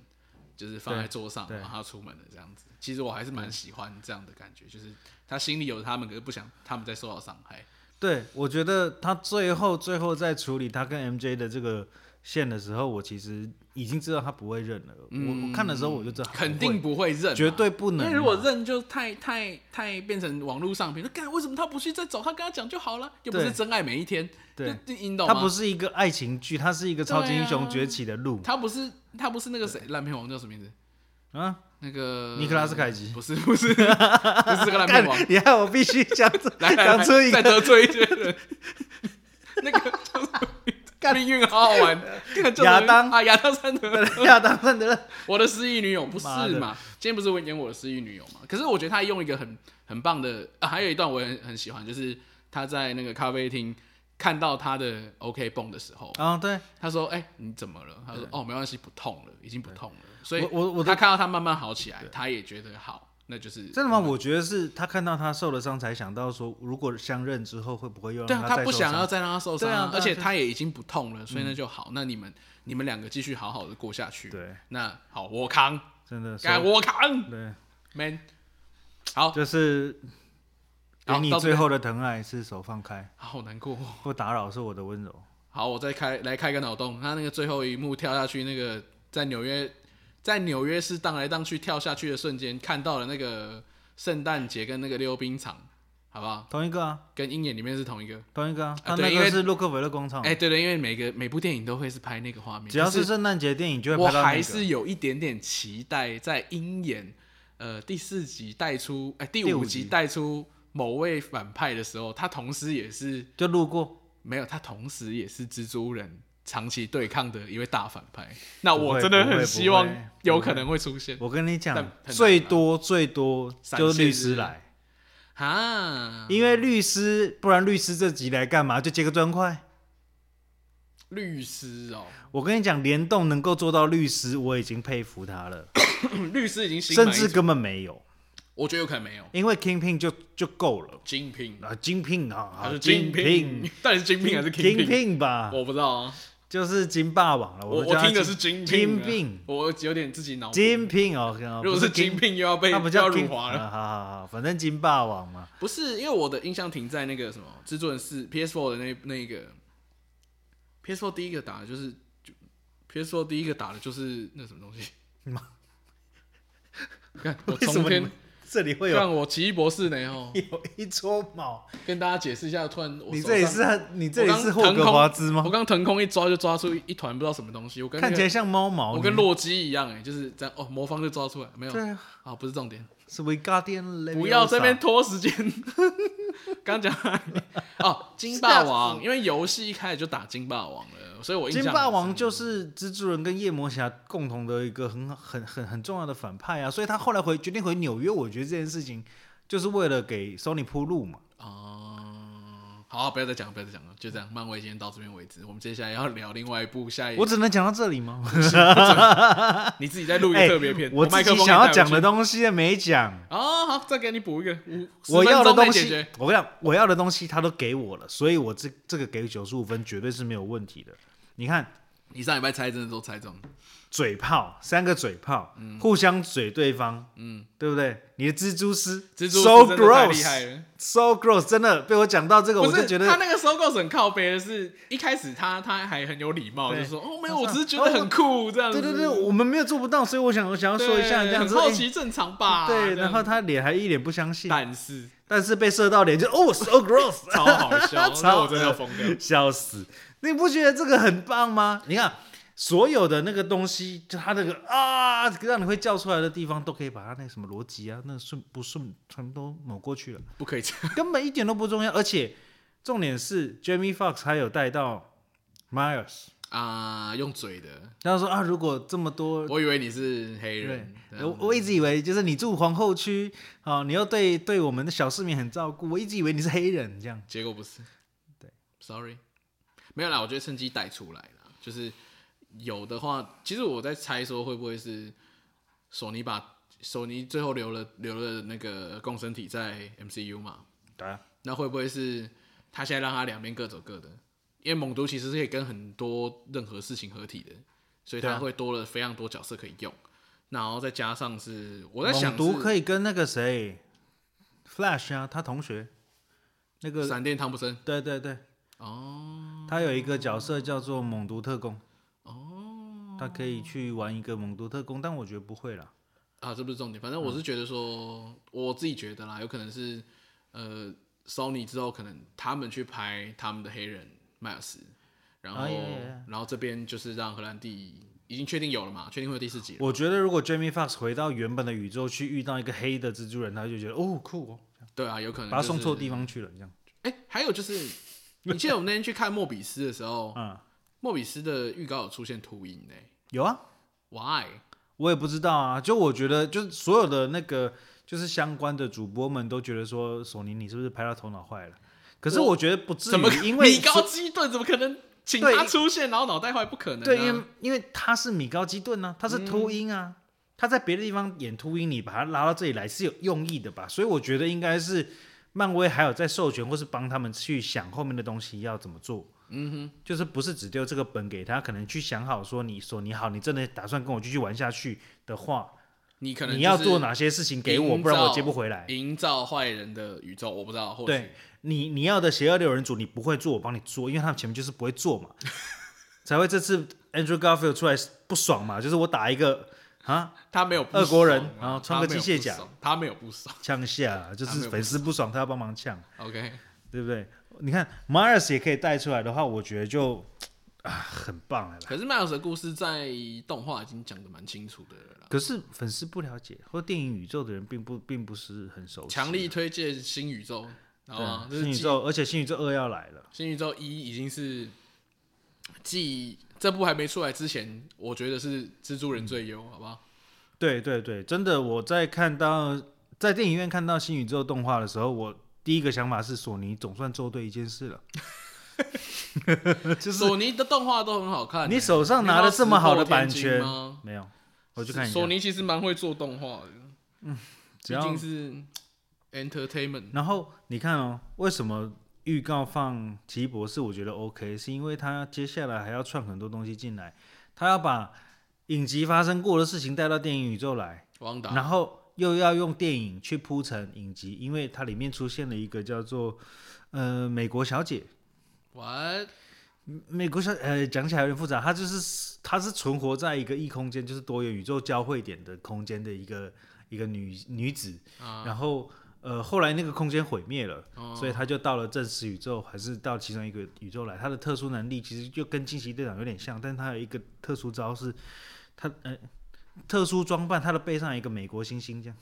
A: 就是放在桌上，
B: 嗯对对
A: 然后他出门的这样子。其实我还是蛮喜欢这样的感觉，就是他心里有他们，可是不想他们再受到伤害。
B: 对，我觉得他最后最后在处理他跟 MJ 的这个线的时候，我其实已经知道他不会认了。我我看的时候我就知道他不
A: 嗯
B: 会，
A: 肯定不会认嘛，
B: 绝对不能啊
A: 因为
B: 嘛。
A: 如果认就太太太变成网络上评论，干为什么他不去再找他跟他讲就好了，又不是
B: 对
A: 真爱每一天，
B: 对
A: 就，你懂
B: 它
A: 吗？
B: 不是一个爱情剧，它是一个超级英雄
A: 对啊
B: 崛起的路
A: 他不是他不是那个谁烂片王叫什么名字？
B: 啊！
A: 那个
B: 尼克拉斯凯奇
A: 不是不是不是这个烂片王，
B: 你害我必须讲出
A: 来来
B: 讲出
A: 来
B: 一
A: 再
B: 个
A: 得罪一些人，那个叫什么名字？命运好好玩，那个叫什么
B: 亚当
A: 啊，亚当山德勒。
B: 亚当曼德勒。
A: 我的失忆女友不是
B: 妈的
A: 嘛？今天不是我演我的失忆女友嘛？可是我觉得他用一个很很棒的、啊，还有一段我很很喜欢，就是他在那个咖啡厅看到他的 OK 泵的时候，
B: 啊，对，
A: 他说：“哎、你怎么了？”他说：“哦，没关系，不痛了，已经不痛了。”所以
B: 我我我的
A: 他看到他慢慢好起来，他也觉得好，那就是
B: 真的吗？我觉得是他看到他受了伤，才想到说，如果相认之后会不会又
A: 对
B: 让
A: 啊，他
B: 再
A: 不
B: 受
A: 想要
B: 伤？
A: 再让他受伤、
B: 对啊对啊
A: 而且
B: 就
A: 他也已经不痛了，所以那就好。那你们你们两个继续好好的过下去。
B: 对，
A: 那好，我扛，
B: 真的是，
A: 敢我扛
B: 对，
A: ，man。好，
B: 就是给
A: 好
B: 你
A: 哦到这
B: 最
A: 边
B: 后的疼爱是手放开，
A: 好难过哦、
B: 不打扰是我的温柔。
A: 好，我再开来开个脑洞。他那个最后一幕跳下去，那个在纽约，在纽约市荡来荡去跳下去的瞬间，看到了那个圣诞节跟那个溜冰场，好不好？
B: 同一个啊，
A: 跟鹰眼里面是同一个。
B: 同一个啊，他
A: 对
B: 那
A: 因
B: 个
A: 为
B: 是洛克菲勒工厂
A: 哎、，对对，因为每个每部电影都会哎是拍那个画面，
B: 嗯只要是
A: 但
B: 圣诞节电影就会
A: 我
B: 拍到那
A: 还
B: 个。
A: 是有一点点期待，在鹰眼呃第四集带出，哎、第
B: 第
A: 五
B: 五
A: 集
B: 集
A: 带出某位反派的时候，他同时也是
B: 就路过，
A: 没有，他同时也是蜘蛛人长期对抗的一位大反派。那
B: 不
A: 我
B: 会
A: 真的
B: 不
A: 很
B: 会
A: 希
B: 不
A: 望
B: 会
A: 有
B: 不
A: 可
B: 会
A: 能会出现
B: 我跟你
A: 但
B: 讲
A: 很，难
B: 最
A: 啦
B: 多最多
A: 闪嗯
B: 就是律
A: 现是
B: 师来，
A: 啊。
B: 因为律师，不然律师这集来干嘛？就接个砖块。
A: 律师哦，
B: 我跟你讲，联动能够做到律师，我已经佩服他了，
A: 律师已经心满
B: 甚
A: 意
B: 至
A: 足
B: 根本没有，
A: 我觉得有可能没有
B: 因为 Kingpin 就就够了
A: 精品，
B: 啊，精品啊，
A: 还
B: 啊
A: 是精品， 到底是精品还是 King
B: King-
A: 品？
B: Kingpin 吧，
A: 我不知道啊，
B: 就是金霸王了。
A: 我
B: 就叫
A: 我
B: 他
A: 听的是精
B: 金
A: 啊
B: 品，
A: 我有点自己脑补。
B: 金品哦，哦
A: 如果
B: 不
A: 是
B: 金
A: 精，品，又要被
B: 他不
A: 又
B: 叫
A: 要辱
B: King-
A: 华了。
B: 啊好好好，反正金霸王嘛，
A: 不是，因为我的印象停在那个什么《制作人四 PS4 的那那一个 PS4 第一个打的就是就 PS4 第一个打的就是那什么东西？ 看 我
B: 为什
A: 重
B: 么你
A: 天
B: 们这里会有
A: 让我奇异博士呢哦，
B: 有一撮毛？
A: 跟大家解释一下，突然我
B: 你
A: 手
B: 这里
A: 上
B: 是你这
A: 我
B: 里
A: 刚
B: 是霍
A: 腾
B: 格
A: 空
B: 华兹吗
A: 我？刚腾空一抓就抓出一一团不知道什么东西，我跟那
B: 看
A: 个
B: 起来像猫毛。
A: 我
B: 你
A: 跟洛基一样哎，就是这样哦，魔方就抓出来没有
B: 对啊，
A: 啊？不是重点，
B: 是 We Got In。
A: 不要这边拖时间。 刚讲哪里哦，金霸王，因为游戏一开始就打金霸王了，所以我印象
B: 金
A: 很深
B: 霸王就是蜘蛛人跟夜魔侠共同的一个很很很很重要的反派啊，所以他后来回决定回纽约，我觉得这件事情就是为了给 Sony 铺路嘛。
A: 哦。好，不要再讲，了，不要再讲了，就这样。漫威今天到这边为止，我们接下来要聊另外一部，下一
B: 我只能讲到这里吗？
A: 你自己再录一个
B: 哎
A: 特别片，
B: 我
A: 麦
B: 自
A: 克
B: 己
A: 风
B: 想要讲
A: 也
B: 的
A: 带回去
B: 东西没讲，
A: 哦，好，再给你补一个五，
B: 我
A: 10
B: 要的
A: 分钟内
B: 东
A: 解
B: 西
A: 决，
B: 我跟你讲，我要的东西他都给我了，所以我这这个给九十五分绝对是没有问题的。你看，
A: 你上礼拜猜真的都猜中，
B: 嘴炮，三个嘴炮，
A: 嗯
B: 互相嘴对方，嗯，对不对？你的蜘蛛丝
A: 蜘蛛
B: so
A: 丝真的太厉害
B: gross，so
A: 了。
B: gross，真的被我讲到这个，
A: 不
B: 我
A: 是
B: 就觉
A: 他
B: 得
A: 那个收购是很靠背的是，一开始他他还很有礼貌，
B: 对
A: 就说哦没有，
B: 他说
A: 我只是觉得很酷这样子。
B: 对对对，我们没有做不到，所以我想我想要
A: 对
B: 说一下这样子，
A: 很好
B: 哎
A: 奇正常吧？
B: 对，
A: 这
B: 然
A: 样
B: 后他脸还一脸不相信，
A: 但是
B: 但是被射到脸就哦 so gross，，
A: 超好笑那
B: 超
A: 我真的要疯掉。
B: 哦 笑死！你不觉得这个很棒吗？你看所有的那个东西，就它那个啊，让你会叫出来的地方，都可以把它那个什么逻辑啊，那顺不顺，全部都抹过去了，
A: 不可以这样，
B: 根本一点都不重要。而且重点是，Jamie Fox 还有带到 Myers，
A: 啊、用嘴的。
B: 他说啊，如果这么多。
A: 我以为你是黑
B: 对
A: 人，，啊这样
B: 我我一直以为就是你住皇后区，哦，你又对对我们的小市民很照顾，我一直以为你是黑人这样。
A: 结果不是。
B: 对
A: ，sorry，没有啦，我觉得趁机带出来啦。就是有的话，其实我在猜说会不会是索尼把索尼最后留了留了那个共生体在 MCU 嘛？
B: 对啊，
A: 那会不会是他现在让他两边各走各的？因为猛毒其实是可以跟很多任何事情合体的，所以
B: 对
A: 他
B: 啊
A: 会多了非常多角色可以用。然后再加上是我在想
B: 猛毒
A: 是
B: 可以跟那个谁，Flash 啊，他同学，那个
A: 闪电汤普森
B: 对对对，
A: 哦
B: 他有一个角色叫做猛毒特工，
A: 哦
B: 他可以去玩一个猛毒特工，但我觉得不会啦。
A: 啊，这不是重点，反正我是
B: 嗯
A: 觉得说，我自己觉得啦，有可能是呃，Sony 之后可能他们去拍他们的黑人迈尔斯，然后、
B: 啊，yeah，yeah，yeah
A: 然后这边就是让荷兰弟已经确定有了嘛，确定会有第四集了，
B: 我觉得如果 Jamie Fox 回到原本的宇宙去遇到一个黑的蜘蛛人，他就觉得哦酷哦，
A: 对啊，有可能、
B: 把他送错。地方去了这样。
A: 哎、还有就是，你记得我们那天去看莫比斯的时候，
B: 嗯，
A: 莫比斯的预告有出现秃鹰呢
B: 有啊，
A: ，Why？
B: 我也不知道啊，就我觉得就是所有的那个就是相关的主播们都觉得说索尼你是不是拍到头脑坏了？可是
A: 我
B: 我觉得不至
A: 怎么
B: 于，因为
A: 米高基顿怎么可能请
B: 对
A: 他出现，然后脑袋坏？不可能、啊，
B: 对，因为因为他是米高基顿呢、啊，他是秃鹰啊，他在别的地方演秃鹰，你把他拉到这里来是有用意的吧？所以我觉得应该是漫威还有在授权或是帮他们去想后面的东西要怎么做。嗯哼，就是不是只丢这个本给他，可能去想好说你索尼好，你真的打算跟我继续玩下去的话，
A: 你可能、就是、
B: 你要做哪些事情给我，
A: 营
B: 不然我
A: 造
B: 接不回来。
A: 营造坏人的宇宙，我不知道，或许
B: 对你你要的邪恶六人组你不会做，我帮你做，因为他们前面就是不会做 嘛，才会这次 Andrew Garfield 出来不爽嘛，就是我打一个啊
A: 他没有不爽啊
B: 俄国人然后穿个
A: 他没有
B: 机械甲
A: 不爽，他没有不爽。
B: 呛下，就
A: 他啊没
B: 是
A: 有
B: 粉丝不爽，他要帮忙呛，
A: OK，
B: 对不对？你看 Mars 也可以带出来的话，我觉得就啊很棒了啦。
A: 可是迈尔斯的故事在动画已经讲的蛮清楚的了啦。
B: 可是粉丝不了解，或电影宇宙的人并不并不哦是很熟悉。啊
A: 强力推荐新宇宙，好
B: 对
A: 吗？这是
B: 新宇
A: 继
B: 宙，而且新宇宙二要来了，
A: 新宇宙一已经是继这部还没出来之前，我觉得是蜘蛛人最优，
B: 嗯
A: 好不好？
B: 对对对，真的，我在看到在电影院看到新宇宙动画的时候，我第一个想法是索尼总算做对一件事了。就是
A: 索尼的动画都很好看欸、
B: 你手上拿了这么好的版
A: 你知道石
B: 权
A: 破天惊，吗？
B: 没有，我去看一下
A: 索。尼其实蛮会做动画的，毕
B: 只要
A: 竟是 entertainment。
B: 然后你看哦，为什么预告放奇异博士？我觉得 OK，是因为他接下来还要串很多东西进来，他要把影集发生过的事情带到电影宇宙来，
A: 王达，
B: 然后又要用电影去铺成影集，因为它里面出现了一个叫做呃美国小姐，
A: What？
B: 美国小呃讲起来有点复杂，它就是它是存活在一个异空间，就是多元宇宙交汇点的空间的一个一个女女子，
A: 啊
B: 然后呃后来那个空间毁灭了。
A: 哦
B: 所以他就到了正史宇宙，还是到其中一个宇宙来。他的特殊能力其实就跟惊奇队长有点像，但是他有一个特殊招式，他呃特殊装扮，他的背上有一个美国星星这样。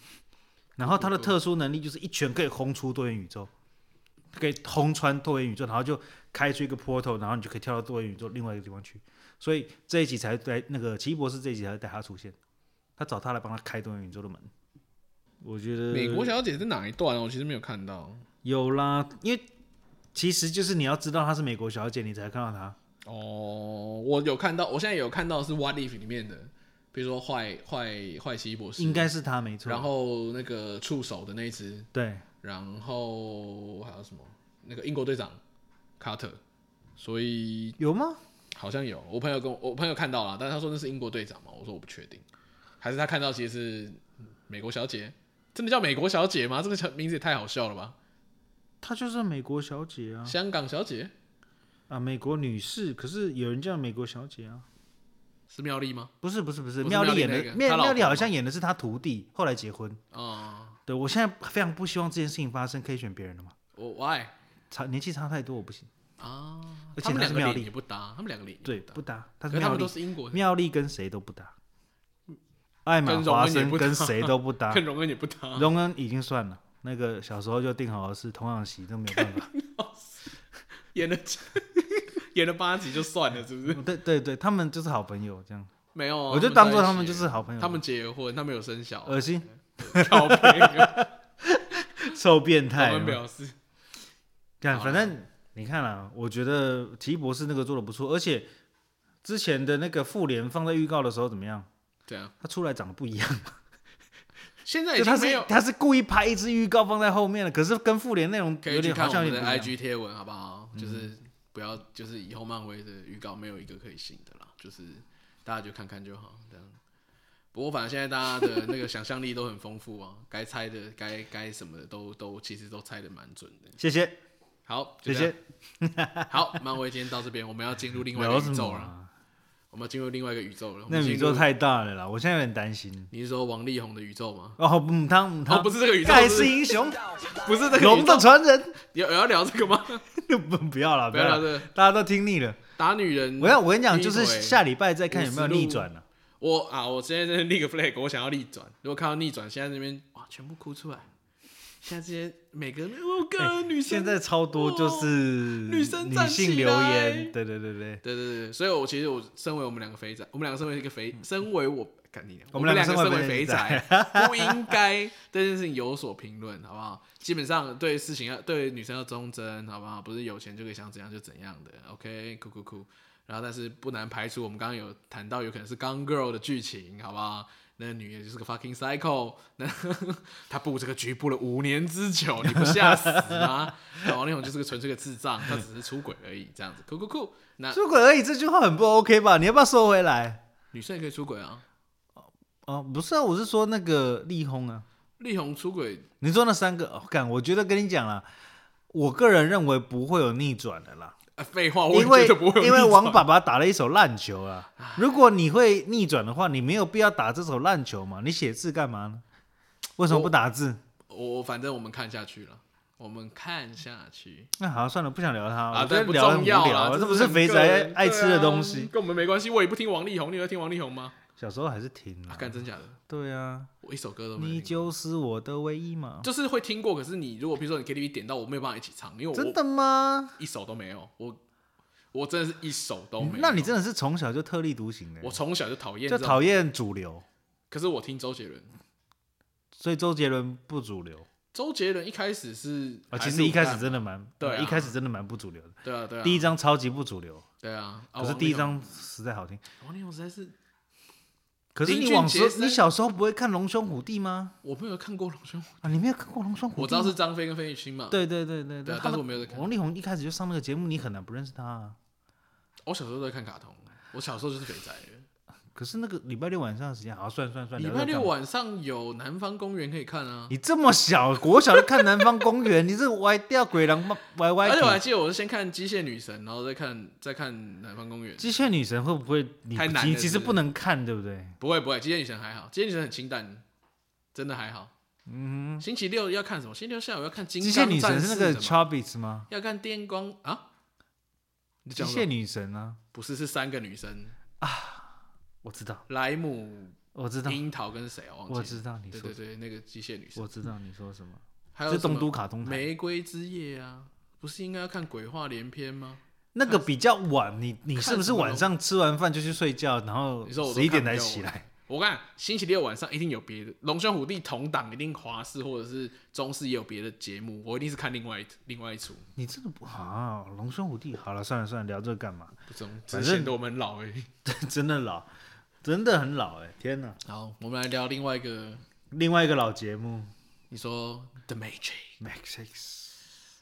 B: 然后他的特殊能力就是一拳可以轰出多元宇宙，可以轰穿多元宇宙，然后就开出一个 portal，然后你就可以跳到多元宇宙另外一个地方去。所以这一集才带那个奇异博士这一集才带他出现，他找他来帮他开多元宇宙的门。我觉得
A: 美国小姐是哪一段啊？我其实没有看到。
B: 有啦，因为其实就是你要知道她是美国小姐，你才看到她。
A: 哦，我有看到，我现在有看到是《What If》里面的，比如说坏坏坏奇异博士，
B: 应该是她没错。
A: 然后那个触手的那一只，
B: 对，
A: 然后还有什么？那个英国队长卡特，所以
B: 有吗？
A: 好像有，我朋友跟我我朋友看到了，但是他说那是英国队长嘛，我说我不确定，还是他看到其实是美国小姐，真的叫美国小姐吗？这个小名字也太好笑了吧？
B: 她就是美国小姐啊
A: 香港小姐
B: 啊，美国女士，可是有人叫美国小姐啊，
A: 是妙丽吗？
B: 不是不是不是，
A: 啊不是
B: 妙
A: 妙
B: 丽
A: 丽
B: 演
A: 那
B: 的
A: 个
B: 妙
A: 她老
B: 妙丽
A: 婆
B: 好
A: 吗
B: 像演的是她徒弟，后来结婚。
A: 啊、
B: 对我现在非常不希望这件事情发生，可以选别人了吗？
A: 我 why
B: 差年纪差太多，我不行。
A: 啊？
B: 而
A: 他
B: 且
A: 们
B: 她
A: 两
B: 是
A: 个
B: 妙
A: 脸
B: 丽
A: 也，不搭，他们两个脸也
B: 对，
A: 搭
B: 不搭。她
A: 可
B: 是
A: 是他
B: 妙
A: 们都
B: 丽，
A: 是英国人，
B: 妙丽跟谁都不搭。艾玛
A: 跟荣
B: 华
A: 恩也
B: 生
A: 不
B: 跟
A: 搭
B: 谁都不搭，
A: 跟荣恩也不搭，
B: 荣恩已经算了，那个小时候就定好的是童养媳，这没 有办法。
A: 演了演了八集就算了，是 不是？
B: 对对对，他们就是好朋友这样，
A: 没有啊，
B: 我就当做
A: 在一
B: 他们就
A: 起
B: 是好朋友。
A: 他们结婚，他们有生小孩，
B: 恶心，呃
A: 靠背，
B: 受变
A: 他
B: 态
A: 们。哦表示
B: 看，
A: 好
B: 反正你看啦，我觉得奇异博士那个做的不错，而且之前的那个复联放在预告的时候怎么样？
A: 这样。
B: 他出来长得不一样，
A: 现在已
B: 就他
A: 经没
B: 是
A: 有，
B: 他是故意拍一支预告放在后面了，可是跟复联内容
A: 可
B: 有
A: 以去
B: 点
A: 看
B: 好
A: 我
B: 像有
A: 们
B: 点
A: 的
B: 不一样嗯
A: IG 贴文，好不好？就是不要，就是以后漫威的预告没有一个可以信的啦，就是大家就看看就好，这样。不过反正现在大家的那个想象力都很丰富啊，该猜的、该该什么的都都其实都猜的蛮准的。
B: 谢谢
A: 好，就
B: 谢
A: 这样
B: 谢，
A: 好，漫威今天到这边，我们要进入另外一
B: 聊
A: 个
B: 什
A: 宇
B: 么
A: 宙了，
B: 啊？
A: 我们要进入另外一个宇宙了。我
B: 那
A: 们进
B: 宇
A: 入
B: 宙太大了啦，我现在有点担心。
A: 你是说王力宏的宇宙吗？
B: 哦，母汤母
A: 哦，
B: 汤
A: 不，是这个宇宙，
B: 盖
A: 是
B: 世英雄，
A: 不是这个宇宙
B: 龙的传人，
A: 有有要聊这个吗？
B: 不不要了，
A: 不
B: 不
A: 要嗯
B: 要
A: 聊这个
B: 了，大家都听腻了。
A: 打女人。
B: 我要我跟你讲，就是
A: 劈腿
B: 下礼拜再看有没有
A: 五十路
B: 逆转了。
A: 我啊，我现在在立个 flag，我想要逆转。如果看到逆转，现在这边哇，全部哭出来。现在这些每个人，我靠，女生
B: 哎现在超多就是女
A: 生
B: 女
A: 站起
B: 性留
A: 来
B: 言，对对对对，
A: 对对对对，所以我其实我身为我们两个肥仔，我们两个身为一个肥，身为我干你娘，
B: 嗯
A: 我
B: 我们
A: 们
B: 两个
A: 个身
B: 身
A: 为
B: 为
A: 肥仔，不应该 对这件事情有所评论，好不好？基本上对事情要对女生要忠贞，好不好？不是有钱就可以想怎样就怎样的，OK，酷酷酷。然后但是不难排除我们刚刚有谈到有可能是《Gone Girl》的剧情，好不好？那个女的就是个 fucking psycho，那 她布这个局布了五年之久，你不吓死吗？那王力宏就是个纯粹的智障，他只是出轨而已，这样子，酷酷酷。那
B: 出轨而已这句话很不 OK 吧？你要不要收回来？
A: 女生也可以出轨啊。
B: 哦，不是啊，我是说那个力宏啊，
A: 力宏出轨，
B: 你说那三个，哦，干，我觉得跟你讲啦，我个人认为不会有逆转的啦，
A: 呃废、话，我也
B: 因为
A: 觉得不会有
B: 因为
A: 逆转
B: 王爸爸打了一手烂球啊。如果你会逆转的话，你没有必要打这手烂球嘛，你写字干嘛呢？为什么不打字？
A: 我我反正我们看下去了，我们看下去
B: 那好，算了，不想聊他，
A: 啊，
B: 我觉得
A: 但不
B: 聊得很
A: 重
B: 无
A: 要
B: 聊
A: 啦
B: 啊，，这不
A: 是
B: 是
A: 很
B: 肥
A: 个
B: 宅
A: 人
B: 爱吃的东
A: 对
B: 西
A: 啊。跟我们没关系。我也不听王力宏，你有在听王力宏吗？
B: 小时候还是挺
A: 啊，干真假的，
B: 对啊，
A: 我一首歌都没有
B: 嗯
A: 听
B: 你
A: 过。
B: 就是我的唯一嘛。
A: 就是会听过，可是你如果比如说你 KTV 点到，我没有办法一起唱，因为
B: 真
A: 我
B: 的吗？
A: 一首都没有，我我真的是一首都没有。
B: 那你真的是从小就特立独行的
A: 我，从小就讨厌
B: 就
A: 这种，
B: 讨厌主流，
A: 可是我听周杰伦，
B: 所以周杰伦不主流
A: 周杰伦一开始是还
B: 啊。其
A: 是
B: 实一开
A: 武
B: 始
A: 汉
B: 真的蛮
A: 对啊
B: 一开始真的蛮不主流的。
A: 对啊对啊，
B: 第一张超级不主流，
A: 对啊，啊
B: 可是
A: 王
B: 第一
A: 力宏
B: 张实在好听。
A: 王力宏实在是，
B: 可是
A: 林
B: 你
A: 俊
B: 往
A: 杰
B: 时
A: 三
B: 你小时候不会看《龙兄虎弟》吗？
A: 我没有看过《龙兄虎
B: 啊，你没有看过《龙兄虎弟》？
A: 我知道是。张飞跟费玉清嘛。，
B: 对对对对
A: 对啊
B: 他
A: 但是我
B: 们
A: 没有在看
B: 王力宏一开始就上那个节目，你很难不认识他啊。
A: 我小时候都在看卡通，我小时候就是肥宅人。
B: 可是那个礼拜六晚上的时间，好算算算，
A: 礼
B: 聊
A: 拜
B: 这
A: 六
B: 干嘛
A: 晚上有《南方公园》可以看啊。
B: 你这么小，国小就看《南方公园》，你这歪掉鬼狼吗歪歪
A: 而且我还
B: 体。
A: 记得，我是先看《机械女神》，然后再看再看《南方公园》。
B: 机械女神会不会你
A: 太难了
B: 你其
A: 是
B: 实
A: 不是
B: 不能看，对不对？
A: 不会不会，《机械女神》还好，《机械女神》很清淡，真的还好。嗯，星期六要看什么？星期六下午要看《金
B: 机械
A: 刚
B: 女
A: 战
B: 神
A: 士
B: 是那个
A: 什么
B: Chubbies 吗？
A: 要看电光啊？你
B: 机
A: 讲
B: 械
A: 什么？
B: 女神啊，
A: 不是，是三个女生，
B: 我知道，
A: 莱姆、
B: 我知道，
A: 樱桃跟谁啊？
B: 我
A: 忘记了。
B: 知道你
A: 对
B: 说
A: 对，对，那个机械女神
B: 我。知道你说什么，
A: 还有
B: 是
A: 什么
B: 东都卡通台
A: 玫瑰之夜啊，不是应该要看鬼话连篇吗？
B: 那个比较晚，你你
A: 看
B: 是不是
A: 什么
B: 晚上吃完饭就去睡觉，然后
A: 你说我都
B: 十一点
A: 看
B: 才
A: 比较
B: 起
A: 晚
B: 来？
A: 我看星期六晚上一定有别的《龙兄虎弟》同档，一定华视或者是中视也有别的节目，我一定是看另外一另外一出，
B: 你真的不啊？龙兄虎弟，好了，算了算了，聊这 个干嘛？
A: 不中，
B: 反正
A: 只是显得我们老而已。
B: 真的老，真的很老哎、天哪！
A: 好，我们来聊另外一个，
B: 另外一个老节目。
A: 你说《The Matrix》
B: Max X。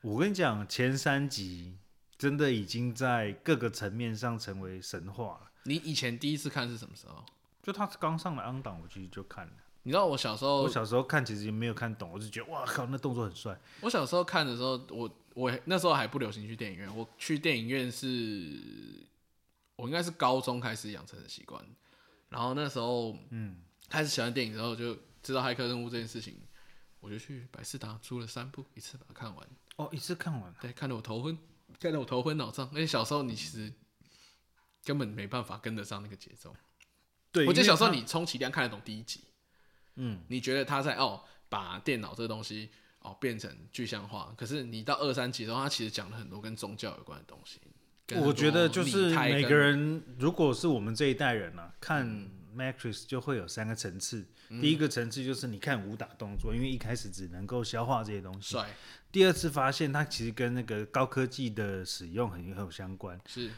B: 我跟你讲，前三集真的已经在各个层面上成为神话了。
A: 你以前第一次看是什么时候？
B: 就他刚上了昂档，我其实就看了。
A: 你知道我小时候
B: 我，小时候看其实也没有看懂，我就觉得哇靠，那动作很帅。
A: 我小时候看的时候，我我那时候还不流行去电影院，我去电影院是，我应该是高中开始养成的习惯。然后那时候，嗯，开始喜欢电影之后，就知道《骇客任务》这件事情，我就去百事达租了三部，一次把它看完。
B: 哦，一次看完了，
A: 对，看得我头昏，看得我头昏脑胀。而且小时候你其实根本没办法跟得上那个节奏。
B: 对，
A: 我记得
B: 因为
A: 小时候
B: 他
A: 你充其量看得懂第一集，
B: 嗯，
A: 你觉得他在哦把电脑这个东西哦变成具象化，可是你到二三集的时候，他其实讲了很多跟宗教有关的东西。跟很
B: 我
A: 多
B: 觉得就是
A: 礼态
B: 每
A: 跟
B: 个人，如果是我们这一代人啊，看 Matrix 就会有三个层次。
A: 嗯
B: 第一个层次就是你看武打动作，因为一开始只能够消化这些东西。
A: 帅
B: 第二次发现它其实跟那个高科技的使用很很有相关。
A: 是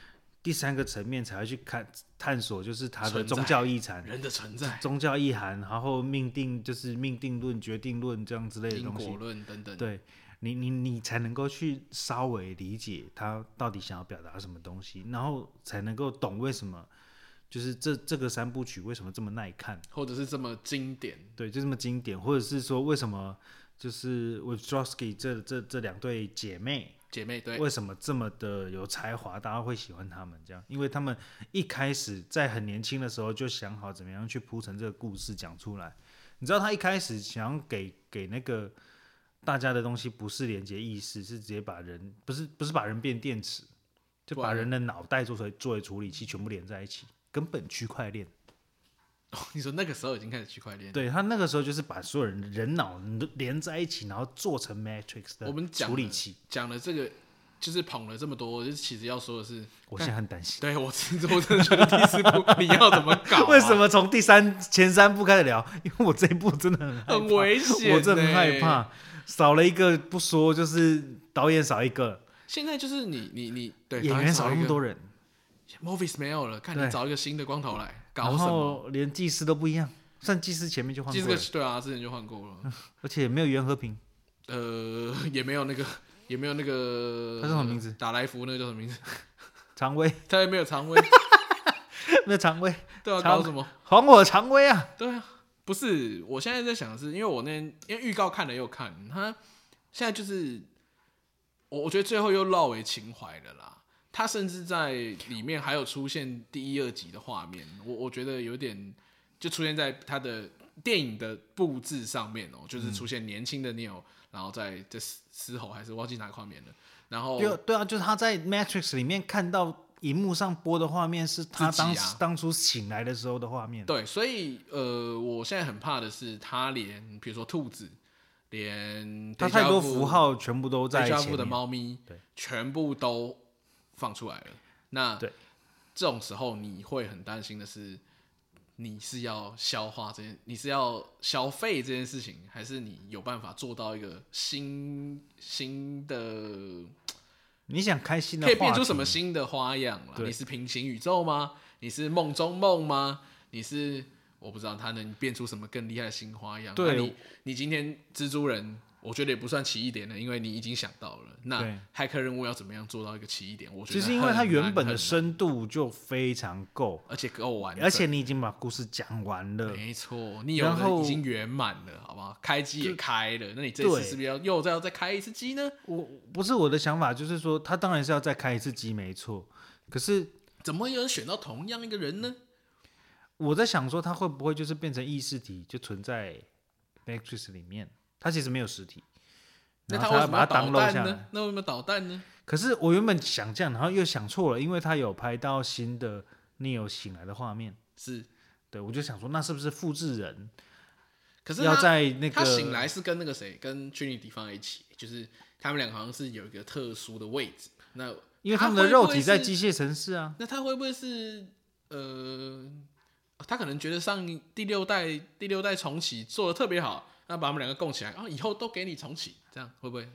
B: 第三个层面才会去看探索，就是它的
A: 存在
B: 宗教意涵、
A: 人的存在、
B: 宗教意涵，然后命定就是命定论、决定论这样之类的
A: 因
B: 东西
A: 果。论等等。
B: 对你，你你才能够去稍微理解他到底想要表达什么东西，然后才能够懂为什么就是这这个三部曲为什么这么耐看，
A: 或者是这么经典，
B: 对，就这么经典，或者是说为什么就是 w i t h d r o s k y 这这这两对姐妹
A: 姐妹对，
B: 为什么这么的有才华，大家会喜欢他们这样？因为他们一开始在很年轻的时候就想好怎么样去铺成这个故事讲出来。你知道他一开始想要给给那个大家的东西，不是连接意识，是直接把人不是不是把人变电池，就
A: 不
B: 把
A: 然
B: 人的脑袋做成作为处理器，全部连在一起，根本区块链。
A: 你说那个时候已经开始区块链，
B: 对他那个时候就是把所有人人脑连在一起，然后做成 Matrix
A: 我们
B: 的
A: 讲
B: 处理
A: 了
B: 器。
A: 讲了这个就是捧了这么多，就是其实要说的是，
B: 我现在很担心。
A: 对我真我真的觉得第四部 你要怎么搞、啊？
B: 为什么从第三前三部开始聊？ 因为我这一部真的很害怕
A: 很危险欸
B: 我真的很害
A: 呢
B: 怕，少了一个不说，就是导演少一个，
A: 现在就是你你你对
B: 演员少那么多人，
A: ，Movies 没有了，看
B: 对
A: 你找一个新的光头来搞
B: 然
A: 什么？
B: 后连技师都不一样，算技师前面就换
A: 其实
B: 过
A: 这
B: 了
A: 个，对啊，之前就换过 了，
B: 而且没有袁和平，
A: 呃，也没有那个也没有那个
B: 他叫什么名字？
A: 打来福那个叫什么名字？
B: 常威
A: 他也没有常威，
B: 那常威
A: 对啊，
B: 常
A: 搞什么？
B: 还我常威啊！
A: 对啊，不是，我现在在想的是，因为我那天因为预告看了又看，他现在就是我我觉得最后又绕为情怀了啦。他甚至在里面还有出现第一、二集的画面，我我觉得有点就出现在他的电影的布置上面哦、就是出现年轻的 Neo，、然后在这嘶嘶吼还是忘记哪个画面了，然后
B: 对对啊，就是他在 Matrix 里面看到荧幕上播的画面，是他
A: 自己啊
B: 当时当初醒来的时候的画面。
A: 对，所以呃，我现在很怕的是他连比如说兔子，连
B: 他太多
A: Deja vu
B: 符号全部都在
A: 家
B: 前
A: 父的
B: 面。
A: 猫咪，全部都放出来了。那
B: 对
A: 这种时候，你会很担心的是，你是要消化这件，你是要消费这件事情，还是你有办法做到一个新新的，
B: 你想开心的
A: 可以变
B: 话
A: 出
B: 题
A: 什么新的花样了？
B: 对
A: 你是平行宇宙吗？你是梦中梦吗？你是我不知道他能变出什么更厉害的新花样。
B: 对
A: 那你你今天蜘蛛人，我觉得也不算奇异点了，因为你已经想到了。
B: 对
A: 那骇客任务要怎么样做到一个奇异点？我觉
B: 其
A: 得
B: 实因为它
A: 很难
B: 原本
A: 很
B: 的
A: 难
B: 深度就非常够，
A: 而且够完整，
B: 而且你已经把故事讲完了，
A: 没错，你有的
B: 然后
A: 已经圆满了，好不好？开机也开了，那你这次
B: 对
A: 是不是要又再要再开一次机呢？
B: 我不是我的想法，就是说他当然是要再开一次机，没错。可是
A: 怎么有人选到同样一个人呢？
B: 我在想说，他会不会就是变成意识体，就存在 Matrix 里面？他其实没有实体，
A: 那
B: 然后
A: 为
B: 他
A: 什么
B: 把
A: 要
B: 它当
A: 导
B: 漏
A: 弹
B: 下
A: 呢
B: 来。？
A: 那为什么导弹呢？
B: 可是我原本想这样，然后又想错了，因为他有拍到新的 Neo 醒来的画面。
A: 是，
B: 对，我就想说，那是不是复制人
A: 可是
B: 要
A: 他
B: 在那个
A: 他醒来是跟那个谁，跟虚拟敌放在一起，就是他们两个好像是有一个特殊的位置。那
B: 因为
A: 他
B: 他们的
A: 会不
B: 肉
A: 会
B: 体在
A: 是
B: 机械城市啊。
A: 那他会不会是呃，他可能觉得上一第六代第六代重启做的特别好，那把他们两个供起来，啊，以后都给你重启，这样会不会？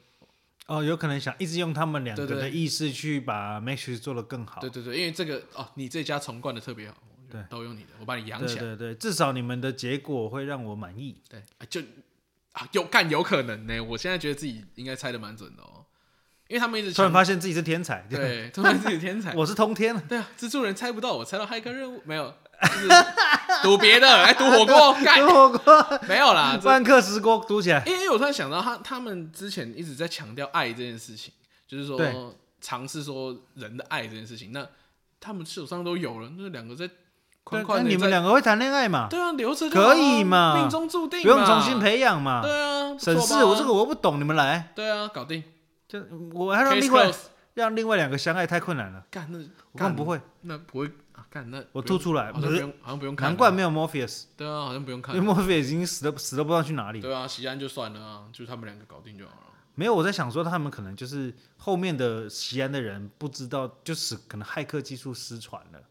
B: 哦，有可能想一直用他们两个
A: 对
B: 的
A: 对
B: 意识去把 Matrix 做得更好。
A: 对对对，因为这个哦，你这家重灌的特别好，
B: 对
A: 都用你的，我把你养
B: 对
A: 起来，
B: 对对，至少你们的结果会让我满意。
A: 对，啊就啊有干有可能呢，我现在觉得自己应该猜的蛮准的哦，因因为他们一直
B: 突然
A: 强
B: 发现自己是天才，这样
A: 对，突然自己天才。
B: 我是通天了，
A: 对啊，蜘蛛人猜不到，我猜到骇客任务没有，就是赌别的，来赌火锅， 干
B: 跟火锅
A: 没有啦，这
B: 万克石锅读起来，
A: 因为因为我突然想到他，他们之前一直在强调爱这件事情，就是
B: 对
A: 说尝试说人的爱这件事情。那他们手上都有了，那两个在
B: 对
A: 宽
B: 那
A: 宽的
B: 你们两个会谈恋爱嘛？
A: 对啊，留着就
B: 可
A: 好啊
B: 以嘛
A: 命中注定嘛，
B: 不用重新培养嘛？
A: 对啊，不错
B: 省
A: 吧
B: 事，我这个我不懂，你们来，
A: 对啊，搞定。
B: 就我还让
A: Case
B: 另外
A: closed
B: 让另外两个相爱太困难了，
A: 干那
B: 我根
A: 干
B: 本不，会，
A: 那不会啊，干那
B: 我
A: 不用
B: 吐出来
A: 好像不用，好像不用看，
B: 难怪没有 Morpheus，
A: 对啊，好像不用看
B: 因为，Morpheus 已经死的死都不知道去哪里了。
A: 对啊，西安就算了啊，就他们两个搞定就好了。
B: 没有，我在想说他们可能就是后面的西安的人不知道，就是可能骇客技术失传了，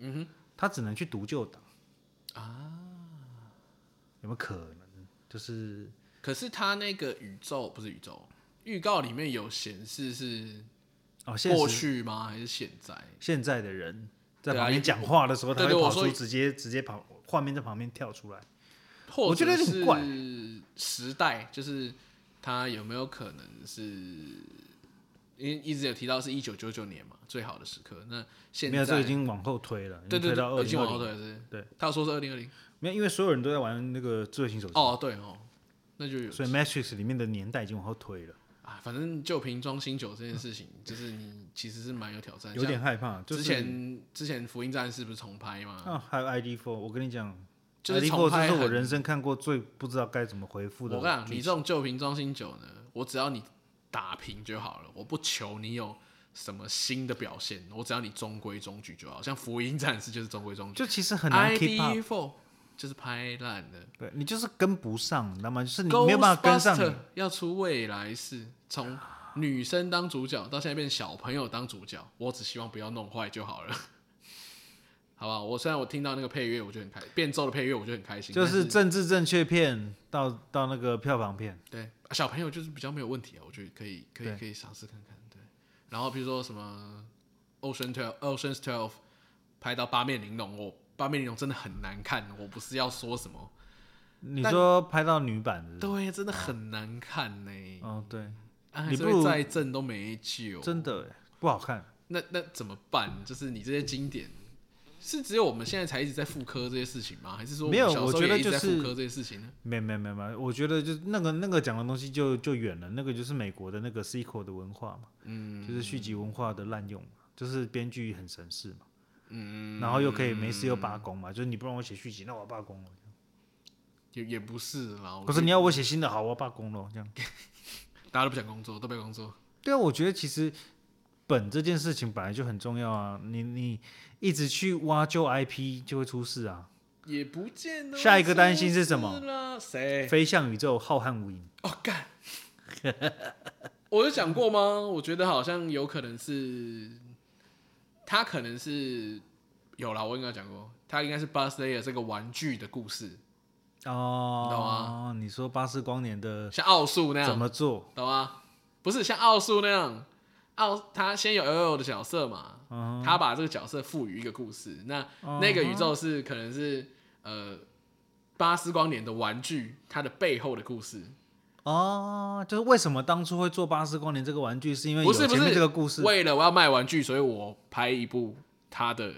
A: 嗯
B: 他只能去独救党，
A: 哼啊，
B: 有没有可能？就是
A: 可是他那个宇宙不是宇宙预告里面有显示是
B: 哦，现
A: 过
B: 实
A: 去吗？还是现在？
B: 现在的人在
A: 对啊
B: 旁边讲话的时候，
A: 对
B: 他
A: 对
B: 会跑
A: 我说
B: 出直接直接跑画面在旁边跳出来。
A: 或
B: 我觉
A: 者
B: 得有点怪
A: 是时代，就是他有没有可能是，因为一直有提到是一九九九年嘛，最好的时刻。那现
B: 没有，这
A: 在
B: 已经往后推了，
A: 对对
B: 已经推到
A: 对，
B: 二
A: 已经
B: 零
A: 往后
B: 二
A: 退
B: 零。
A: 了是。
B: 对，
A: 他有说是二零二零。
B: 没有，因为所有人都在玩那个智慧型手机，
A: 哦，对哦，那就有
B: 所以 Matrix 里面的年代已经往后推了，
A: 啊，反正旧瓶装新酒这件事情，就是你其实是蛮有挑战。
B: 有点害怕。啊就
A: 像
B: 是
A: 之前之前福音战士不是重拍嘛，
B: 啊，还有 ID Four，我跟你讲
A: 就是
B: ，ID
A: 重
B: Four
A: 拍
B: 这是我
A: 很
B: 人生看过最不知道该怎么回复的
A: 我
B: 剧。
A: 跟你讲，你这种旧瓶装新酒呢，我只要你打平就好了，我不求你有什么新的表现，我只要你中规中矩就好。像福音战士就是中规中矩
B: 就其实很难 keep up，
A: ，ID Four 就是拍烂的，
B: 对你就是跟不上，你知道吗？就是你没有办法跟上你
A: Ghostbuster 要出未来式，从女生当主角到现在变小朋友当主角，我只希望不要弄坏就好了。 好吧，我虽然我听到那个配乐，我就很开变奏的配乐，我就很开心。
B: 就
A: 但是
B: 是政治正确片到到那个票房片，
A: 对，啊小朋友就是比较没有问题啊，我觉得可以，可以，
B: 对
A: 可以尝试看看。对，然后比如说什么 Ocean Twelve、Ocean's Twelve 拍到八面玲珑，我八面玲珑真的很难看，我不是要说什么，
B: 你说拍到女版的，
A: 对，真的很难看呢、
B: 哦对，
A: 啊，
B: 你
A: 这
B: 不
A: 边
B: 如
A: 再正都没救，
B: 真的耶不好看。
A: 那那怎么办？就是你这些经典。是只有我们现在才一直在复刻这些事情吗？还是说
B: 没有
A: 我们小时候
B: 我觉得
A: 也一直在
B: 就是
A: 复刻这些事情呢？
B: 没没没没，我觉得就是那个那个讲的东西就就远了，那个就是美国的那个 sequel 的文化嘛，嗯，就是续集文化的滥用嘛，就是编剧很神似嘛，嗯，然后又可以没事又罢工嘛，就是你不让我写续集，那我要罢工了，
A: 也也不是啦，我
B: 可
A: 觉
B: 是你要我写新的，好，我要罢工了，这样。
A: 得大家都不想工作，都不要工作。
B: 对啊，我觉得其实本这件事情本来就很重要啊，你你一直去挖旧 IP 就会出事啊，
A: 也不见得。
B: 下一个担心是什么？
A: 谁？
B: 飞向宇宙，浩瀚无垠。
A: 哦， 干！我有讲过吗？我觉得好像有可能是，他可能是有啦，我应该讲过，他应该是 Buzz Lightyear 这个玩具的故事，
B: 哦，
A: 你懂
B: 你说巴斯光年的
A: 像奥数那
B: 怎
A: 样，
B: 么做？
A: 懂吗？不是像奥数那样，奥他先有 L L 的角色嘛，
B: 嗯
A: 他把这个角色赋予一个故事，那
B: 哼，
A: 那个宇宙是可能是呃巴斯光年的玩具，它的背后的故事，
B: 哦，就是为什么当初会做巴斯光年这个玩具，是因为
A: 不
B: 有
A: 是不
B: 前面
A: 是
B: 这个故事
A: 为了我要卖玩具，所以我拍一部它的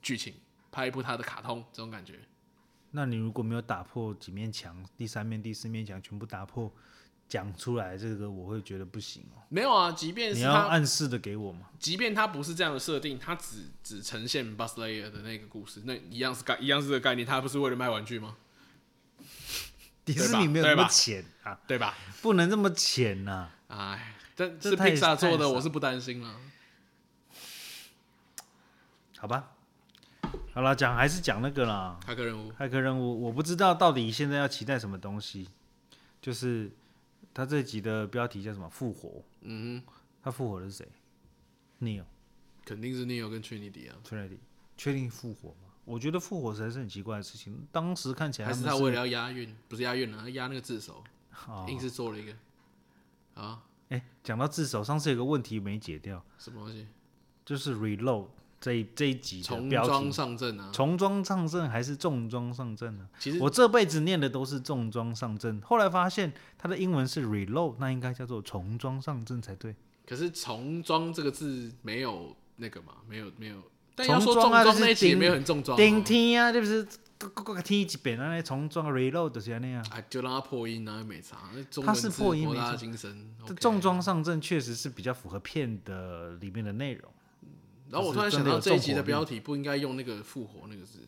A: 剧情，拍一部它的卡通，这种感觉。
B: 那你如果没有打破几面墙，第三面、第四面墙全部打破，讲出来这个，我会觉得不行哦。
A: 没有啊，即便
B: 你
A: 是
B: 要
A: 它，
B: 暗示的给我嘛？
A: 即便它不是这样的设定，它只只呈现 Buzz Lightyear 的那个故事，那一样是概一样是这个概念，它不是为了卖玩具吗？
B: 迪
A: 对
B: 士
A: 吧
B: 尼没有
A: 对
B: 那么
A: 吧
B: 浅啊，
A: 对吧？
B: 不能这么浅呐、
A: 哎，但
B: 这
A: 是
B: 太
A: Pixar 做
B: 太
A: 的，
B: 少
A: 我是不担心了。
B: 好吧？好了，讲还是讲那个啦，
A: 骇客任务，
B: 骇客任务，我不知道到底现在要期待什么东西，就是他这集的标题叫什么？复活？
A: 嗯哼，
B: 他复活的是谁？Neo
A: 肯定是 Neo 跟 Trinity 啊，
B: Trinity，确定复活吗？我觉得复活实在是很奇怪的事情。当时看起来
A: 还是
B: 们
A: 他
B: 是
A: 为了要押韵，不是押韵啊，押那个字首，
B: 哦
A: 硬是做了一个啊，
B: 哎，讲到自首，上次有个问题没解掉，
A: 什么东西？
B: 就是 Reload 这一这一集的
A: 重
B: 标
A: 装
B: 题，
A: 上阵啊，
B: 重装上阵还是重装上阵呢？
A: 其实
B: 我这辈子念的都是重装上阵，后来发现它的英文是 Reload，那应该叫做重装上阵才对。
A: 可是重装这个字没有那个嘛，没有没有。但
B: 重
A: 要说重
B: 装啊
A: 装
B: 就是
A: 那一集也
B: 顶
A: 没有很重装、
B: 顶
A: 哦，
B: 天啊，就是各个天一遍啊，那重装 reload 就是安尼啊。
A: 哎，就让它破音啊，没差。那中
B: 它
A: 文
B: 是
A: 字
B: 破音
A: 博
B: 没
A: 大
B: 错
A: 精深。
B: 这
A: OK
B: 重装上阵确实是比较符合片的里面的内容。
A: 然后我
B: 就是
A: 突然想
B: 真
A: 到
B: 的有
A: 这一
B: 重
A: 集的
B: 火力
A: 标题不应该用那个复活那个字，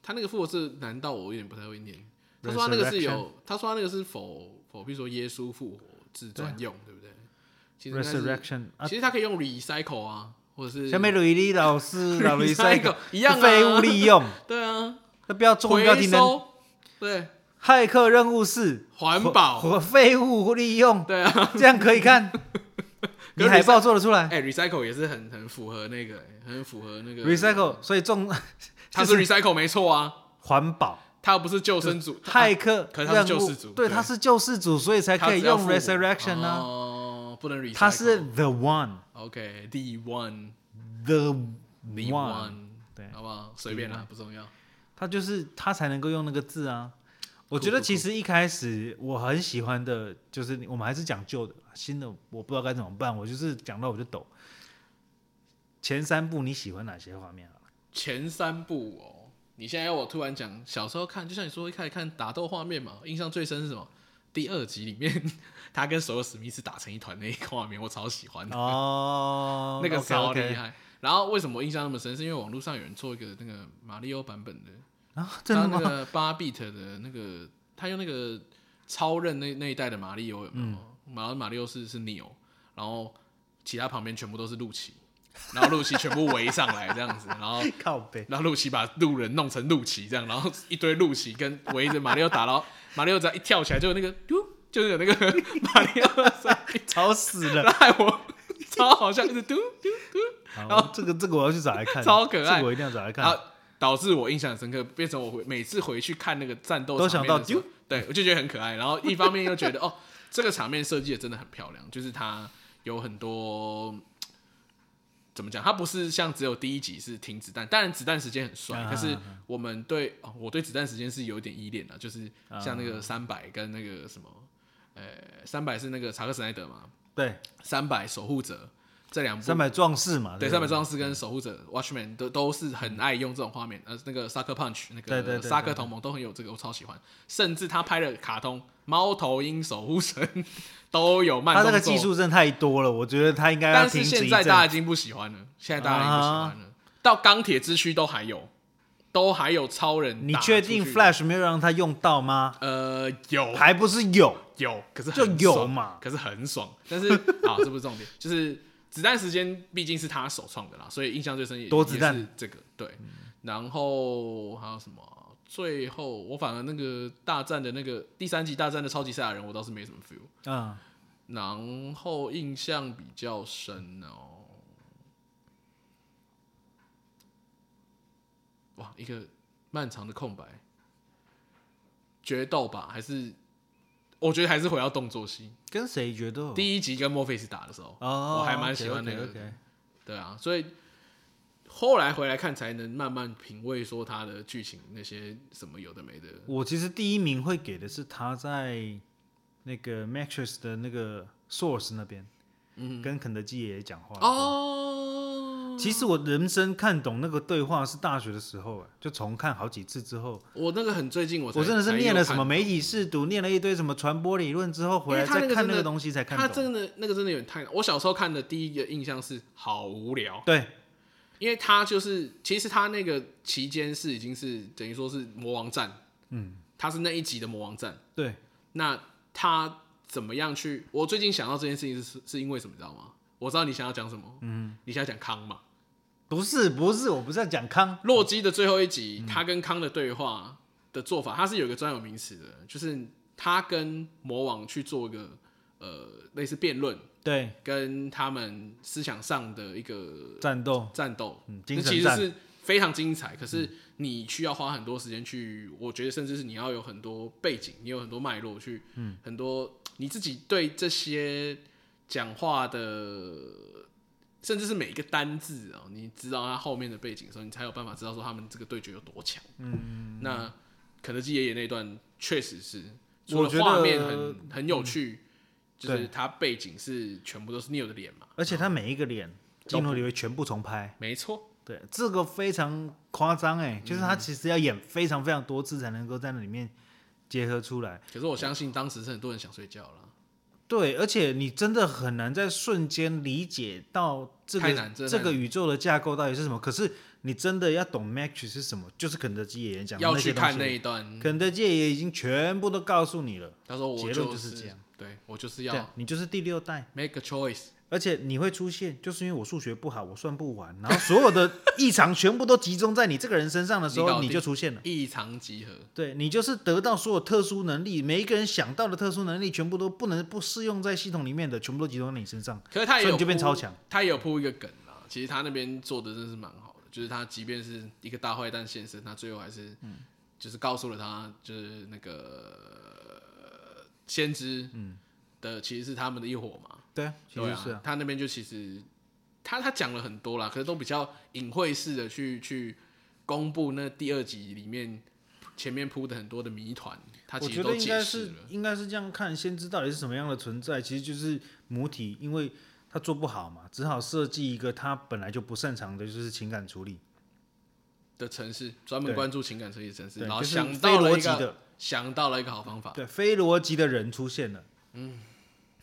A: 他那个复活字难道我有点不太会念。他说他那个是
B: Resurrection
A: 有，他说他那个是否否，比如说耶稣复活自专用，对不对？其实应该是，
B: Resurrection 啊，
A: 其实他可以用 recycle 啊，或者是
B: 下面雷利老师老雷赛
A: recycle 一样啊
B: 废物利用，
A: 对啊，
B: 那不要中文标
A: 回
B: 题能
A: 收，对，
B: 骇客任务是
A: 环保，
B: 和废物利用，
A: 对啊，
B: 这样可以看。
A: 可
B: 你
A: 是
B: 海报做得出来
A: 哎，recycle 也是很很符合那个，很符合那个
B: ，recycle，所以重
A: 他是 recycle 没错 啊，
B: 环保
A: 他不是救生组，他
B: 骇客
A: 可是他是
B: 任
A: 救世
B: 务
A: 主，对
B: 对，他是救世主，所以才
A: 他
B: 可以
A: 只要
B: 用
A: 复活
B: resurrection 呢。
A: 哦，不能 recycle，
B: 他是 the one，the
A: OK，D one，D
B: one。对
A: 好不好？随便啦，不重要。
B: 他就是他才能够用那个字啊。我觉得其实一开始我很喜欢的，就是我们还是讲旧的，新的我不知道该怎么办，我就是讲到我就抖。前三部你喜欢哪些画 面啊？
A: 前三部哦，你现在要我突然讲，小时候看，就像你说一开始看打斗画面嘛，印象最深是什么？第二集里面 他跟索尔史密斯打成一团那一个画面，我超喜欢的，，
B: 哦
A: 那个超厉
B: OK，OK
A: 害。然后为什么我印象那么深？是因为网络上有人做一个那个马里奥版本的，
B: 啊，真
A: 他
B: 的
A: 那
B: 吗？
A: 个八 bit 的那个，他用那个超任那那一代的马里奥有没
B: 嗯
A: 有？然后马里奥是是 Neo，然后其他旁边全部都是路奇，然后路奇全部围上来这样子，然 后
B: 靠背，
A: 然后路奇把路人弄成路奇这样，然后一堆路奇跟围着马里奥打，然后 马里奥只要一跳起来就有那个嘟，就是有那个 马里奥的声音，
B: 吵死 了！
A: 然后害我超好像是嘟嘟嘟，
B: 好，这个这个我要去找来看，
A: 超可爱
B: 这个我一定要找来
A: 然后
B: 看。
A: 导致我印象很深刻，变成我回每次回去看那个战斗
B: 都
A: 场
B: 想
A: 面的
B: 到
A: 时候对我就觉得很可爱。然后一方面又觉得哦，这个场面设计的真的很漂亮，就是它有很多怎么讲，它不是像只有第一集是停子弹，当然子弹时间很帅
B: 啊，
A: 可是我们对、哦、我对子弹时间是有一点依恋的，啊就是像
B: 啊
A: 那个三百跟那个什么，呃，三百是那个查克史奈德嘛，
B: 对，
A: 三百守护者这两部
B: 三百壮士嘛，
A: 对，
B: 不
A: 三百壮士跟守护者 Watchman 都都是很爱用这种画面，呃，那个 Sucker Punch 那
B: 对对
A: 个
B: 对
A: 沙克同盟都很有这个，我超喜欢。甚至他拍的卡通《猫头鹰守护神》 都有慢
B: 他
A: 动作，
B: 那个技术真的太多了，我觉得他应该要
A: 但
B: 停
A: 是
B: 止
A: 现
B: 一
A: 在
B: 阵。
A: 大家已经不喜欢了，现在大家
B: 啊
A: 已经不喜欢了。到钢铁之躯都还有，都还有超人
B: 你
A: 打出去。
B: 确定 Flash 没有让他用到吗？
A: 呃，有
B: 还不是有，
A: 有，可是
B: 就
A: 很
B: 有
A: 爽
B: 嘛
A: 可是很爽。 但是啊，这不是重点，就是子弹时间毕竟是他首创的啦，所以印象最深也
B: 多子弹
A: 也是这个对。然后还有什么啊？最后我反而那个大战的那个第三集大战的超级赛亚人，我倒是没什么 feel。
B: 嗯，
A: 然后印象比较深哦，哇，一个漫长的空白，决斗吧，还是我觉得还是回到动作戏。
B: 跟谁决斗？
A: 第一集跟墨菲斯打的时候，
B: 嗯哦，
A: 我还蛮喜欢那个
B: OK，OK，OK。
A: 对啊，所以后来回来看才能慢慢品味说他的剧情那些什么有的没的。
B: 我其实第一名会给的是他在那个 Matrix 的那个 Source 那边，嗯，跟肯德基爷爷讲话。
A: 哦，
B: 其实我人生看懂那个对话是大学的时候，哎就重看好几次之后，
A: 我那个很最近我才
B: 我真的是
A: 才
B: 念
A: 又
B: 了什
A: 看
B: 么媒体试读，念了一堆什么传播理论之后，回来
A: 因为他
B: 再
A: 那个
B: 看
A: 真
B: 那
A: 的
B: 个东西才看
A: 他
B: 懂。
A: 真的那个真的有点太难……我小时候看的第一个印象是好无聊，
B: 对，
A: 因为他就是其实他那个期间是已经是等于说是魔王战，嗯，他是那一集的魔王战。
B: 对，
A: 那他怎么样去？我最近想到这件事情是是因为什么，你知道吗？我知道你想要讲什么，嗯，你想要讲康嘛？
B: 不是不是，我不是在讲康，
A: 洛基的最后一集，他跟康的对话的做法，他是有一个专有名词的，就是他跟魔王去做一个呃类似辩论，
B: 对，
A: 跟他们思想上的一个
B: 战斗，
A: 战斗，
B: 嗯
A: 那
B: 精神
A: 其实
B: 战
A: 是非常精彩。可是你需要花很多时间去，我觉得甚至是你要有很多背景，你有很多脉络去，嗯，很多你自己对这些讲话的，甚至是每一个单字啊、你知道它后面的背景的时候，你才有办法知道说他们这个对决有多强。嗯，那肯德基爷爷那段确实是，除了
B: 我觉得
A: 画面很很有趣。就是
B: 对
A: 他背景是全部都是 Neil 的脸嘛，
B: 而且他每一个脸镜头里面全部重拍，
A: 没错，
B: 对，这个非常夸张哎，就是他其实要演非常非常多次才能够在那里面结合出来。
A: 可是我相信当时是很多人想睡觉了，
B: 对，而且你真的很难在瞬间理解到这
A: 太难真
B: 个
A: 的
B: 这个宇宙的架构到底是什么。可是你真的要懂 Match 是什么，就是肯德基爷爷讲的
A: 要
B: 那些
A: 去看
B: 东
A: 那
B: 西
A: 一段，
B: 肯德基爷爷已经全部都告诉你了，
A: 他说我
B: 结论
A: 就
B: 就是这样，
A: 对我就是
B: 对
A: 要，
B: 你就是第六代。
A: make a choice，
B: 而且你会出现，就是因为我数学不好，我算不完，然后所有的异常全部都集中在你这个人身上的时
A: 你搞
B: 候，
A: 定
B: 你就出现了。
A: 异常集合，
B: 对你就是得到所有特殊能力，每一个人想到的特殊能力，全部都不能不适用在系统里面的，全部都集中在你身上，
A: 可是他也
B: 所
A: 有
B: 以你就变
A: 铺
B: 超强。
A: 他也有铺一个梗啦，其实他那边做的真是蛮好的，就是他即便是一个大坏蛋现身，他最后还是，
B: 嗯
A: 就是告诉了他，就是那个呃先知，
B: 嗯
A: 的其实是他们的一伙嘛，
B: 对啊，其
A: 对
B: 实
A: 啊
B: 是啊，
A: 他那边就其实他他讲了很多啦，可是都比较隐晦式的去去公布那第二集里面前面铺的很多的谜团，他
B: 我
A: 其
B: 觉
A: 实
B: 得
A: 都
B: 应
A: 解
B: 该
A: 释
B: 是
A: 了，
B: 应该是这样看，先知到底是什么样的存在，其实就是母体，因为他做不好嘛，只好设计一个他本来就不擅长的，就是情感处理，
A: 的城市专门
B: 对
A: 关注情感设计的城市，
B: 对，
A: 然后
B: 就是
A: 想
B: 非
A: 到了
B: 逻
A: 一
B: 辑
A: 个
B: 的，
A: 想到了一个好方法，
B: 对，非逻辑的人出现了。嗯，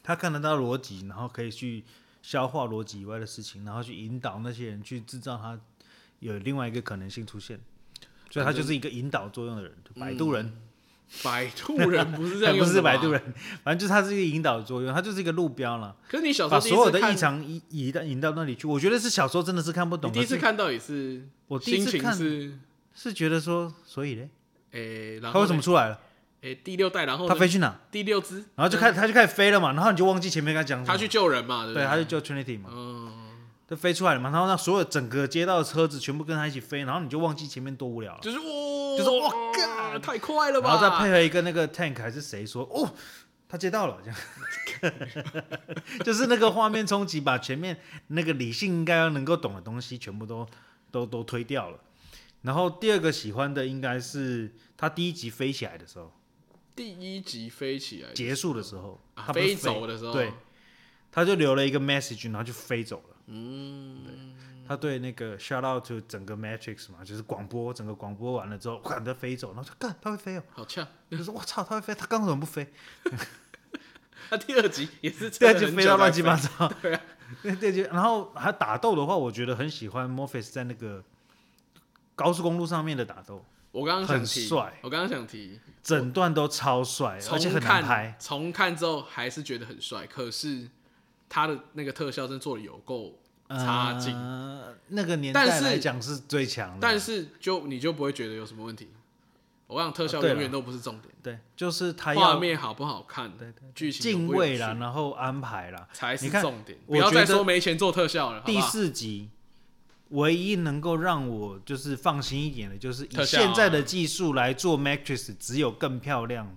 B: 他看得到逻辑，然后可以去消化逻辑以外的事情，然后去引导那些人去制造他有另外一个可能性出现。所以他就是一个引导作用的人，就摆渡人，
A: 摆渡人嗯不是这样
B: 不
A: 用
B: 是
A: 的吧
B: 摆渡。人，反正就是他是一个引导作用，他就是一个路标了，
A: 可是你小时
B: 把
A: 候第一
B: 所
A: 次
B: 有的
A: 看
B: 异常引引到引到那里去。我觉得是小时候真的是看不懂
A: 你
B: 的，
A: 第一次看到也是，
B: 我第一次
A: 心情
B: 看
A: 是，
B: 是觉得说，所以嘞，
A: 诶、然
B: 他
A: 后
B: 为什么出来了？
A: 诶、第六代，然后呢
B: 他飞去哪？
A: 第六只，
B: 然后就开始他就开始飞了嘛，然后你就忘记前面跟他讲什么
A: 他。去嗯救人嘛，对不
B: 对，他就叫 Trinity 嘛，就飞出来了嘛，然后让所有整个街道的车子全部跟他一起飞，然后你就忘记前面多无聊了，
A: 啊就是哇，
B: 就是哇
A: 哇，太快了吧！
B: 然后再配合一个那个 Tank 还是谁说哦，他接到了，这样， 就是那个画面冲击把前面那个理性应该要能够懂的东西全部都都都推掉了。然后第二个喜欢的应该是他第一集飞起来的时候，
A: 第一集飞起来，
B: 结束的时候，
A: 哎啊
B: 他不是
A: 飞走的时候
B: 对，他就留了一个 message，然后就飞走了。嗯，他对那个 shout out to 整个 Matrix 嘛，就是广播，整个广播完了之后，赶他飞走，然后说干，他会飞哦，
A: 好呛。
B: 你就说我操，他会飞，他刚刚怎么不飞？
A: 那第二集也是
B: 对
A: 真
B: 啊，
A: 的
B: 就
A: 很
B: 飞
A: 久才
B: 到乱七八糟。
A: 对啊，
B: 对对，就然后还打斗的话，我觉得很喜欢 Morpheus 在那个高速公路上面的打斗，
A: 我刚刚想提，
B: 很帅
A: 我刚刚想提，
B: 整段都超帅，而且
A: 重
B: 很难拍
A: 看。重看之后还是觉得很帅，可是他的那个特效真做的有够差劲，
B: 呃，那个年
A: 但
B: 代
A: 是
B: 来讲是最强的，
A: 但是就你就不会觉得有什么
B: 哦
A: 问题。我想特效
B: 对
A: 永远
B: 啦
A: 都不是重点，
B: 对，就是他
A: 画
B: 要
A: 面好不好看，剧情有
B: 敬
A: 不有
B: 畏
A: 趣
B: 啦，然后安排啦。
A: 才是
B: 你看
A: 重点。不
B: 我
A: 要
B: 觉
A: 再
B: 得
A: 说没钱做特效了，好不
B: 第
A: 好？
B: 四集唯一能够让我就是放心一点的，就是
A: 特
B: 以
A: 效啊
B: 现在的技术来做 Matrix，只有更漂亮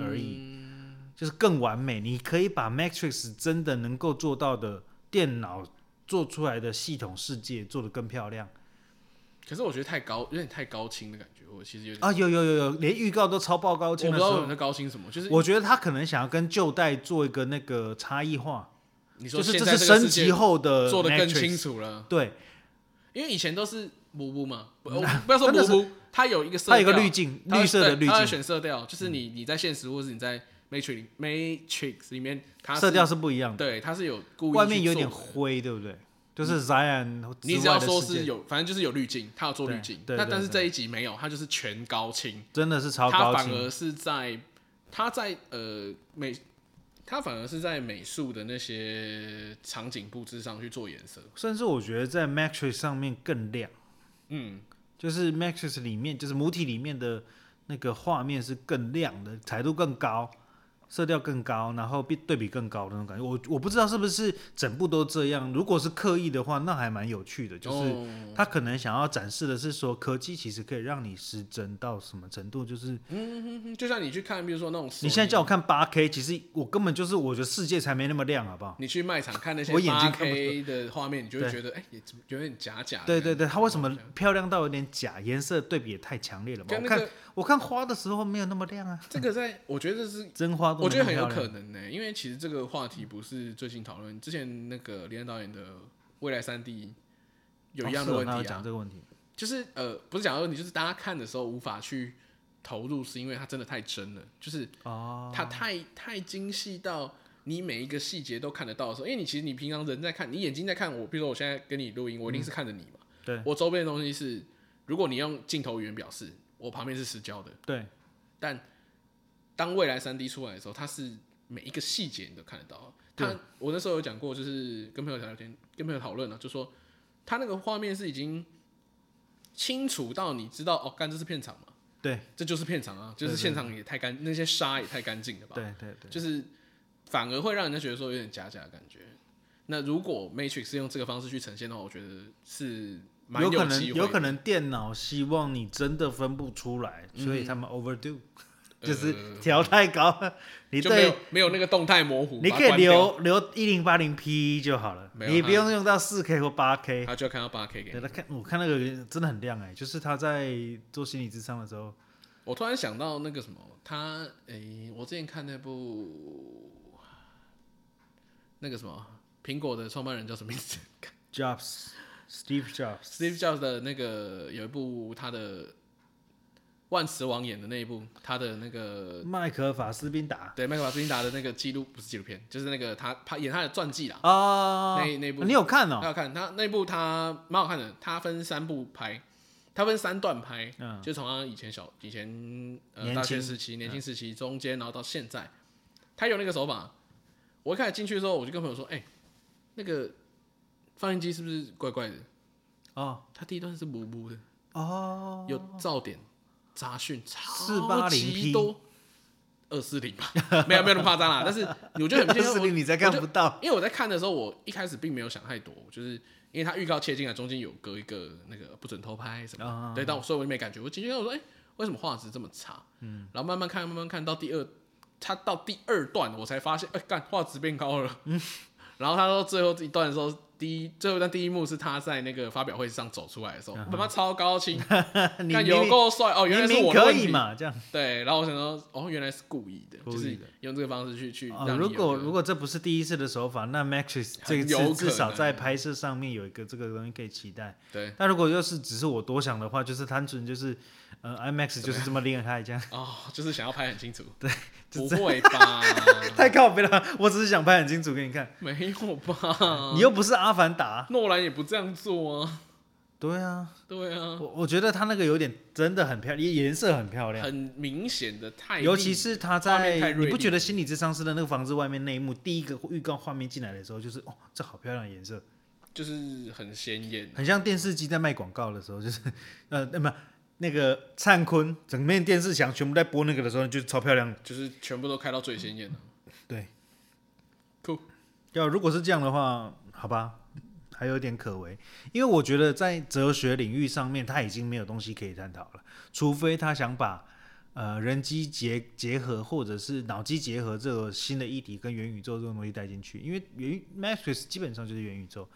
B: 而已，
A: 嗯
B: 就是更完美。你可以把 Matrix 真的能够做到的电脑做出来的系统世界做得更漂亮
A: 可是我觉得太高，有点太高清的感觉，我其实有点，
B: 啊！有有有有，连预告都超爆高
A: 我不
B: 清的
A: 知
B: 时
A: 道
B: 候
A: 你。在高清什么，就是
B: 我觉得他可能想要跟旧代做一个那个差异化，
A: 你说
B: 就是
A: 现
B: 这
A: 在
B: 是
A: 这个
B: 升
A: 世界
B: 级后的
A: 做的更
B: Matrix
A: 清楚了，
B: 对，嗯
A: 因为以前都是模糊嘛，不呃不要说模
B: 真
A: 糊，它有一个色调，
B: 它有一个滤镜，
A: 它会
B: 绿色的
A: 对
B: 滤
A: 它会
B: 镜，嗯
A: 选色调，就是你你在现实或是你在 Matrix Matrix 里面，它是
B: 色调是不一样的。
A: 对，它是有故意
B: 外面
A: 去
B: 有
A: 做
B: 点
A: 的嗯
B: 灰，对不对？就是 Zion
A: 你只
B: 之
A: 要
B: 外的
A: 说
B: 世
A: 是
B: 界，
A: 有，反正就是有滤镜，它有做滤
B: 对
A: 镜，
B: 对
A: 那
B: 对
A: 但是
B: 对
A: 这一集没有，它就是全高清。
B: 真的是超
A: 他
B: 高
A: 反
B: 清。
A: 而是在他在呃美，他反而是在美术的那些场景布置上去做颜色。
B: 甚至我觉得在 Matrix 上面更亮，
A: 嗯，
B: 就是 Matrix 里面，就是母体里面的那个画面是更亮的，彩度更高，色调更高，然后比对比更高的那种感觉。我我不知道是不是整部都这样，如果是刻意的话，那还蛮有趣的，就是。
A: 哦
B: 他可能想要展示的是说，科技其实可以让你失真到什么程度，就是
A: 嗯就像你去看，比如说那种
B: 你
A: Sony，
B: 现在叫我看八 K，其实我根本就是我觉得世界才没那么亮，好不好？
A: 你去卖场看那些
B: 我眼
A: 八
B: 睛看不出
A: K 的画面，你就会觉得哎、也怎么有点假假的。
B: 对对对，它为什么
A: 好像
B: 漂亮到有点假？颜色对比也太强烈了吧？
A: 跟
B: 我
A: 那
B: 看
A: 个
B: 我看花的时候没有那么亮啊，
A: 这个在我觉得这是
B: 真花
C: 高，
A: 我觉得很
C: 很
A: 有可能呢、因为其实这个话题不是最近讨论，之前那个连导演的《未来三 D》有一
B: 哦
A: 样的问题啊，
C: 讲这个问题，
A: 就是呃，不是讲的问题，就是大家看的时候无法去投入，是因为它真的太真了，就是
C: 哦，
A: 它太太精细到你每一个细节都看得到的时候，因为你其实你平常人在看，你眼睛在看我，比如说我现在跟你录音，我一定是看着你嘛，
B: 对
A: 我周边的东西是，如果你用镜头语言表示，我旁边是实焦的，
B: 对，
A: 但当未来三 D 出来的时候，它是每一个细节你都看得到。它我那时候有讲过，就是跟朋友聊天，跟朋友讨论了，就说它那个画面是已经清楚到你知道哦，干这是片场嘛？
B: 对，
A: 这就是片场啊，就是现场也太干，那些沙也太干净了吧？
B: 对对对，
A: 就是反而会让人家觉得说有点假假的感觉。那如果 Matrix 是用这个方式去呈现的话，我觉得是蛮
B: 有可
A: 机
B: 能
A: 会的
B: 有可能电脑希望你真的分不出来，所以
A: 嗯
B: 他们 overdo，就是
A: 呃
B: 调太高，你
A: 就没
B: 对
A: 有没有那个动态模糊，
B: 你
A: 把
B: 可
A: 它
B: 以
A: 关掉
B: 留留一零八零 P 就好了，
A: 没有
B: 你
A: 它
B: 不用用到四 K 或八 K。
A: 他就要看到八 K 给
B: 对
A: 你。
B: 他看，我看那个真的很亮哎、就是他在做心理智商的时候，
A: 我突然想到那个什么，他诶、我之前看那部那个什么苹果的创办人叫什么名字
B: Jobs Steve Jobs
A: ？Steve Jobs 的那个有一部他的万磁王演的那一部，他的那个
B: 麦克法斯宾达
A: 对麦克法斯宾达的那个纪录不是纪录片，就是那个他他演他的传记啦。
B: 啊，
A: 那那部
B: 你有看哦、
A: 要看他那部他蛮好看的，他分三部拍，他分三段拍，
B: 嗯
A: 就从他以前小以前呃
B: 年轻
A: 大学时期、年轻时期、中间，然后到现在，他有那个手法。我一开始进去的时候，我就跟朋友说：“哎、那个放映机是不是怪怪的？
B: 哦
A: 他第一段是模糊的，
B: 哦，
A: 有噪点、杂讯，超级
B: 480p
A: 多。”二四零吧，没有没有那么夸张啦，但是我 就很
B: 就
A: 明显，
B: 是
A: 我
B: 你在
A: 我
B: 看
A: 就
B: 不到，
A: 因为我在看的时候，我一开始并没有想太多，就是因为他预告切进来，中间有隔一个那个不准偷拍什么的，
B: 啊
A: 对，但我所以我就没感觉。我进去看我说，哎、为什么画质这么差？嗯，然后慢慢看，慢慢看到第二，他到第二段我才发现，哎、干画质变高 了。嗯，然后他说最后一段的时候，第一最后一段第一幕是他在那个发表会上走出来的时候，他妈、超高清，
B: 啊 你
A: 看
B: 明
A: 有
B: 明
A: 够帅哦，原来是
B: 明明
A: 我的
B: 可
A: 问
B: 以
A: 题。
B: 嘛？这样
A: 对，然后我想说，哦，原来是故意的，
B: 故意
A: 就是
B: 的
A: 用这个方式去去让
B: 哦
A: 你有一个、
B: 如果如果这不是第一次的手法，那 Matrix 这一
A: 很有
B: 次
A: 可
B: 至少在
A: 能
B: 拍摄上面有一个这个东西可以期待。
A: 对。
B: 但如果要是只是我多想的话，就是单纯就是呃 IMAX 就是这么厉 害这样，
A: 哦，就是想要拍很清 楚。对，不会吧？
B: 太 靠北了。我只是想拍很清楚给你看，
A: 没有吧？
B: 你又不是阿凡达。
A: 诺兰也不这样做啊。
B: 对啊，
A: 对啊，
B: 我我觉得他那个有点真的很漂亮，颜色很漂亮。
A: 很明显的太利，
B: 尤其是他
A: 画面太
B: 在
A: 锐
B: 你
A: 利
B: 不觉得心理智商师的那个房子外面那一幕，第一个预告画面进来的时候，就是哦，这好漂亮的颜色，
A: 就是很鲜艳。
B: 很像电视机在卖广告的时候，就是 呃，那么那个灿坤整面电视墙全部在播那个的时候，就是超漂亮的。
A: 就是全部都开到最鲜艳了，
B: 对，
A: Cool
B: 要如果是这样的话，好吧，还有点可为，因为我觉得在哲学领域上面，他已经没有东西可以探讨了，除非他想把呃人机结结合或者是脑机结合这个新的议题跟元宇宙这种东西带进去，因为元 Matrix 基本上就是元宇宙，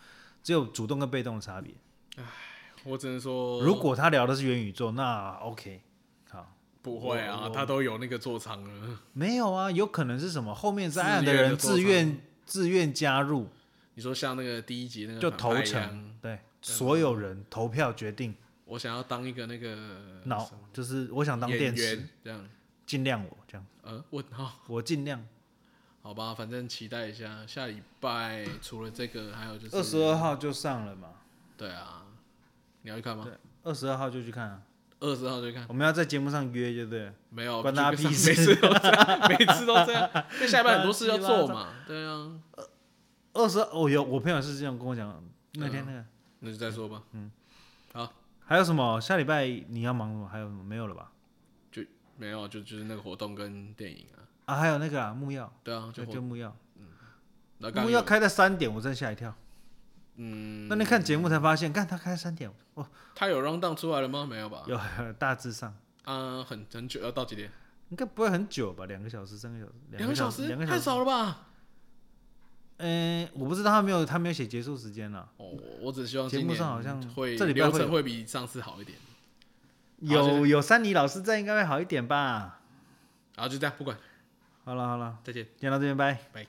B: 只有主动跟被动的差别。
A: 我只能说，
B: 如果他聊的是元宇宙，那 OK，好。
A: 不会啊，他都有那个座舱了。
B: 没有啊，有可能是什么？后面在
A: 嗯
B: 岸
A: 自
B: 的
A: 愿的
B: 人
A: 做
B: 自愿自愿加入，
A: 你说像那个第一集那个
B: 就
A: 反
B: 投
A: 派一样，
B: 诚，对，所有人投票决定
A: 我想要当一个那个
B: 脑，就是我想
A: 嗯
B: 当
A: 演
B: 电视，
A: 员这样。
B: 尽量我这样，
A: 呃，问号。
B: 我尽量。
A: 好吧，反正期待一下下礼拜。除了这个，还有就是
B: 二十二号就上了嘛，
A: 对啊，你要去看吗？
B: 二十二号就去看啊，
A: 二十号就去哦看，
B: 我们要在节目上约，对不对了？
A: 没有，
B: 关他
A: 就跟
B: 屁
A: 上
B: 事
A: 每次都这样，每 次都这样。因为下礼拜很多事要做嘛，对啊，
B: 二十，哦，有我朋友是这样跟我讲，那天
A: 嗯
B: 那个、
A: 那就再说吧。嗯，好，
B: 还有什么？下礼拜你要忙什么？还有什么没有了吧？
A: 就没有，啊就就是那个活动跟电影啊，
B: 啊，还有那个啊，木曜，
A: 对啊，就
B: 对，
A: 活
B: 就木曜，
A: 那刚刚
B: 木曜
A: 有
B: 开到三点，我真的吓一跳。
A: 嗯，
B: 那天看节目才发现，看他开三点，哦，
A: 他有 round down 出来了吗？没有吧？
B: 有大致上。
A: 啊，很很久，要到几点？
B: 应该不会很久吧，两个小时、三个小时，
A: 两
B: 个
A: 个小
B: 时，
A: 时
B: 两个，小
A: 太
B: 时。
A: 少了吧？
B: 嗯、我不知道他没有，他没有写结束时间了。
A: 哦，我我只希望
B: 节目
A: 今年
B: 上好像
A: 会
B: 这礼拜
A: 流
B: 会
A: 程
B: 有
A: 会比上次好一点。好就
B: 有有山里老师在，应该会好一点吧？
A: 然后就这样，不管。
B: 好了好了，
A: 再见。
B: 今天到这边，拜。
A: 拜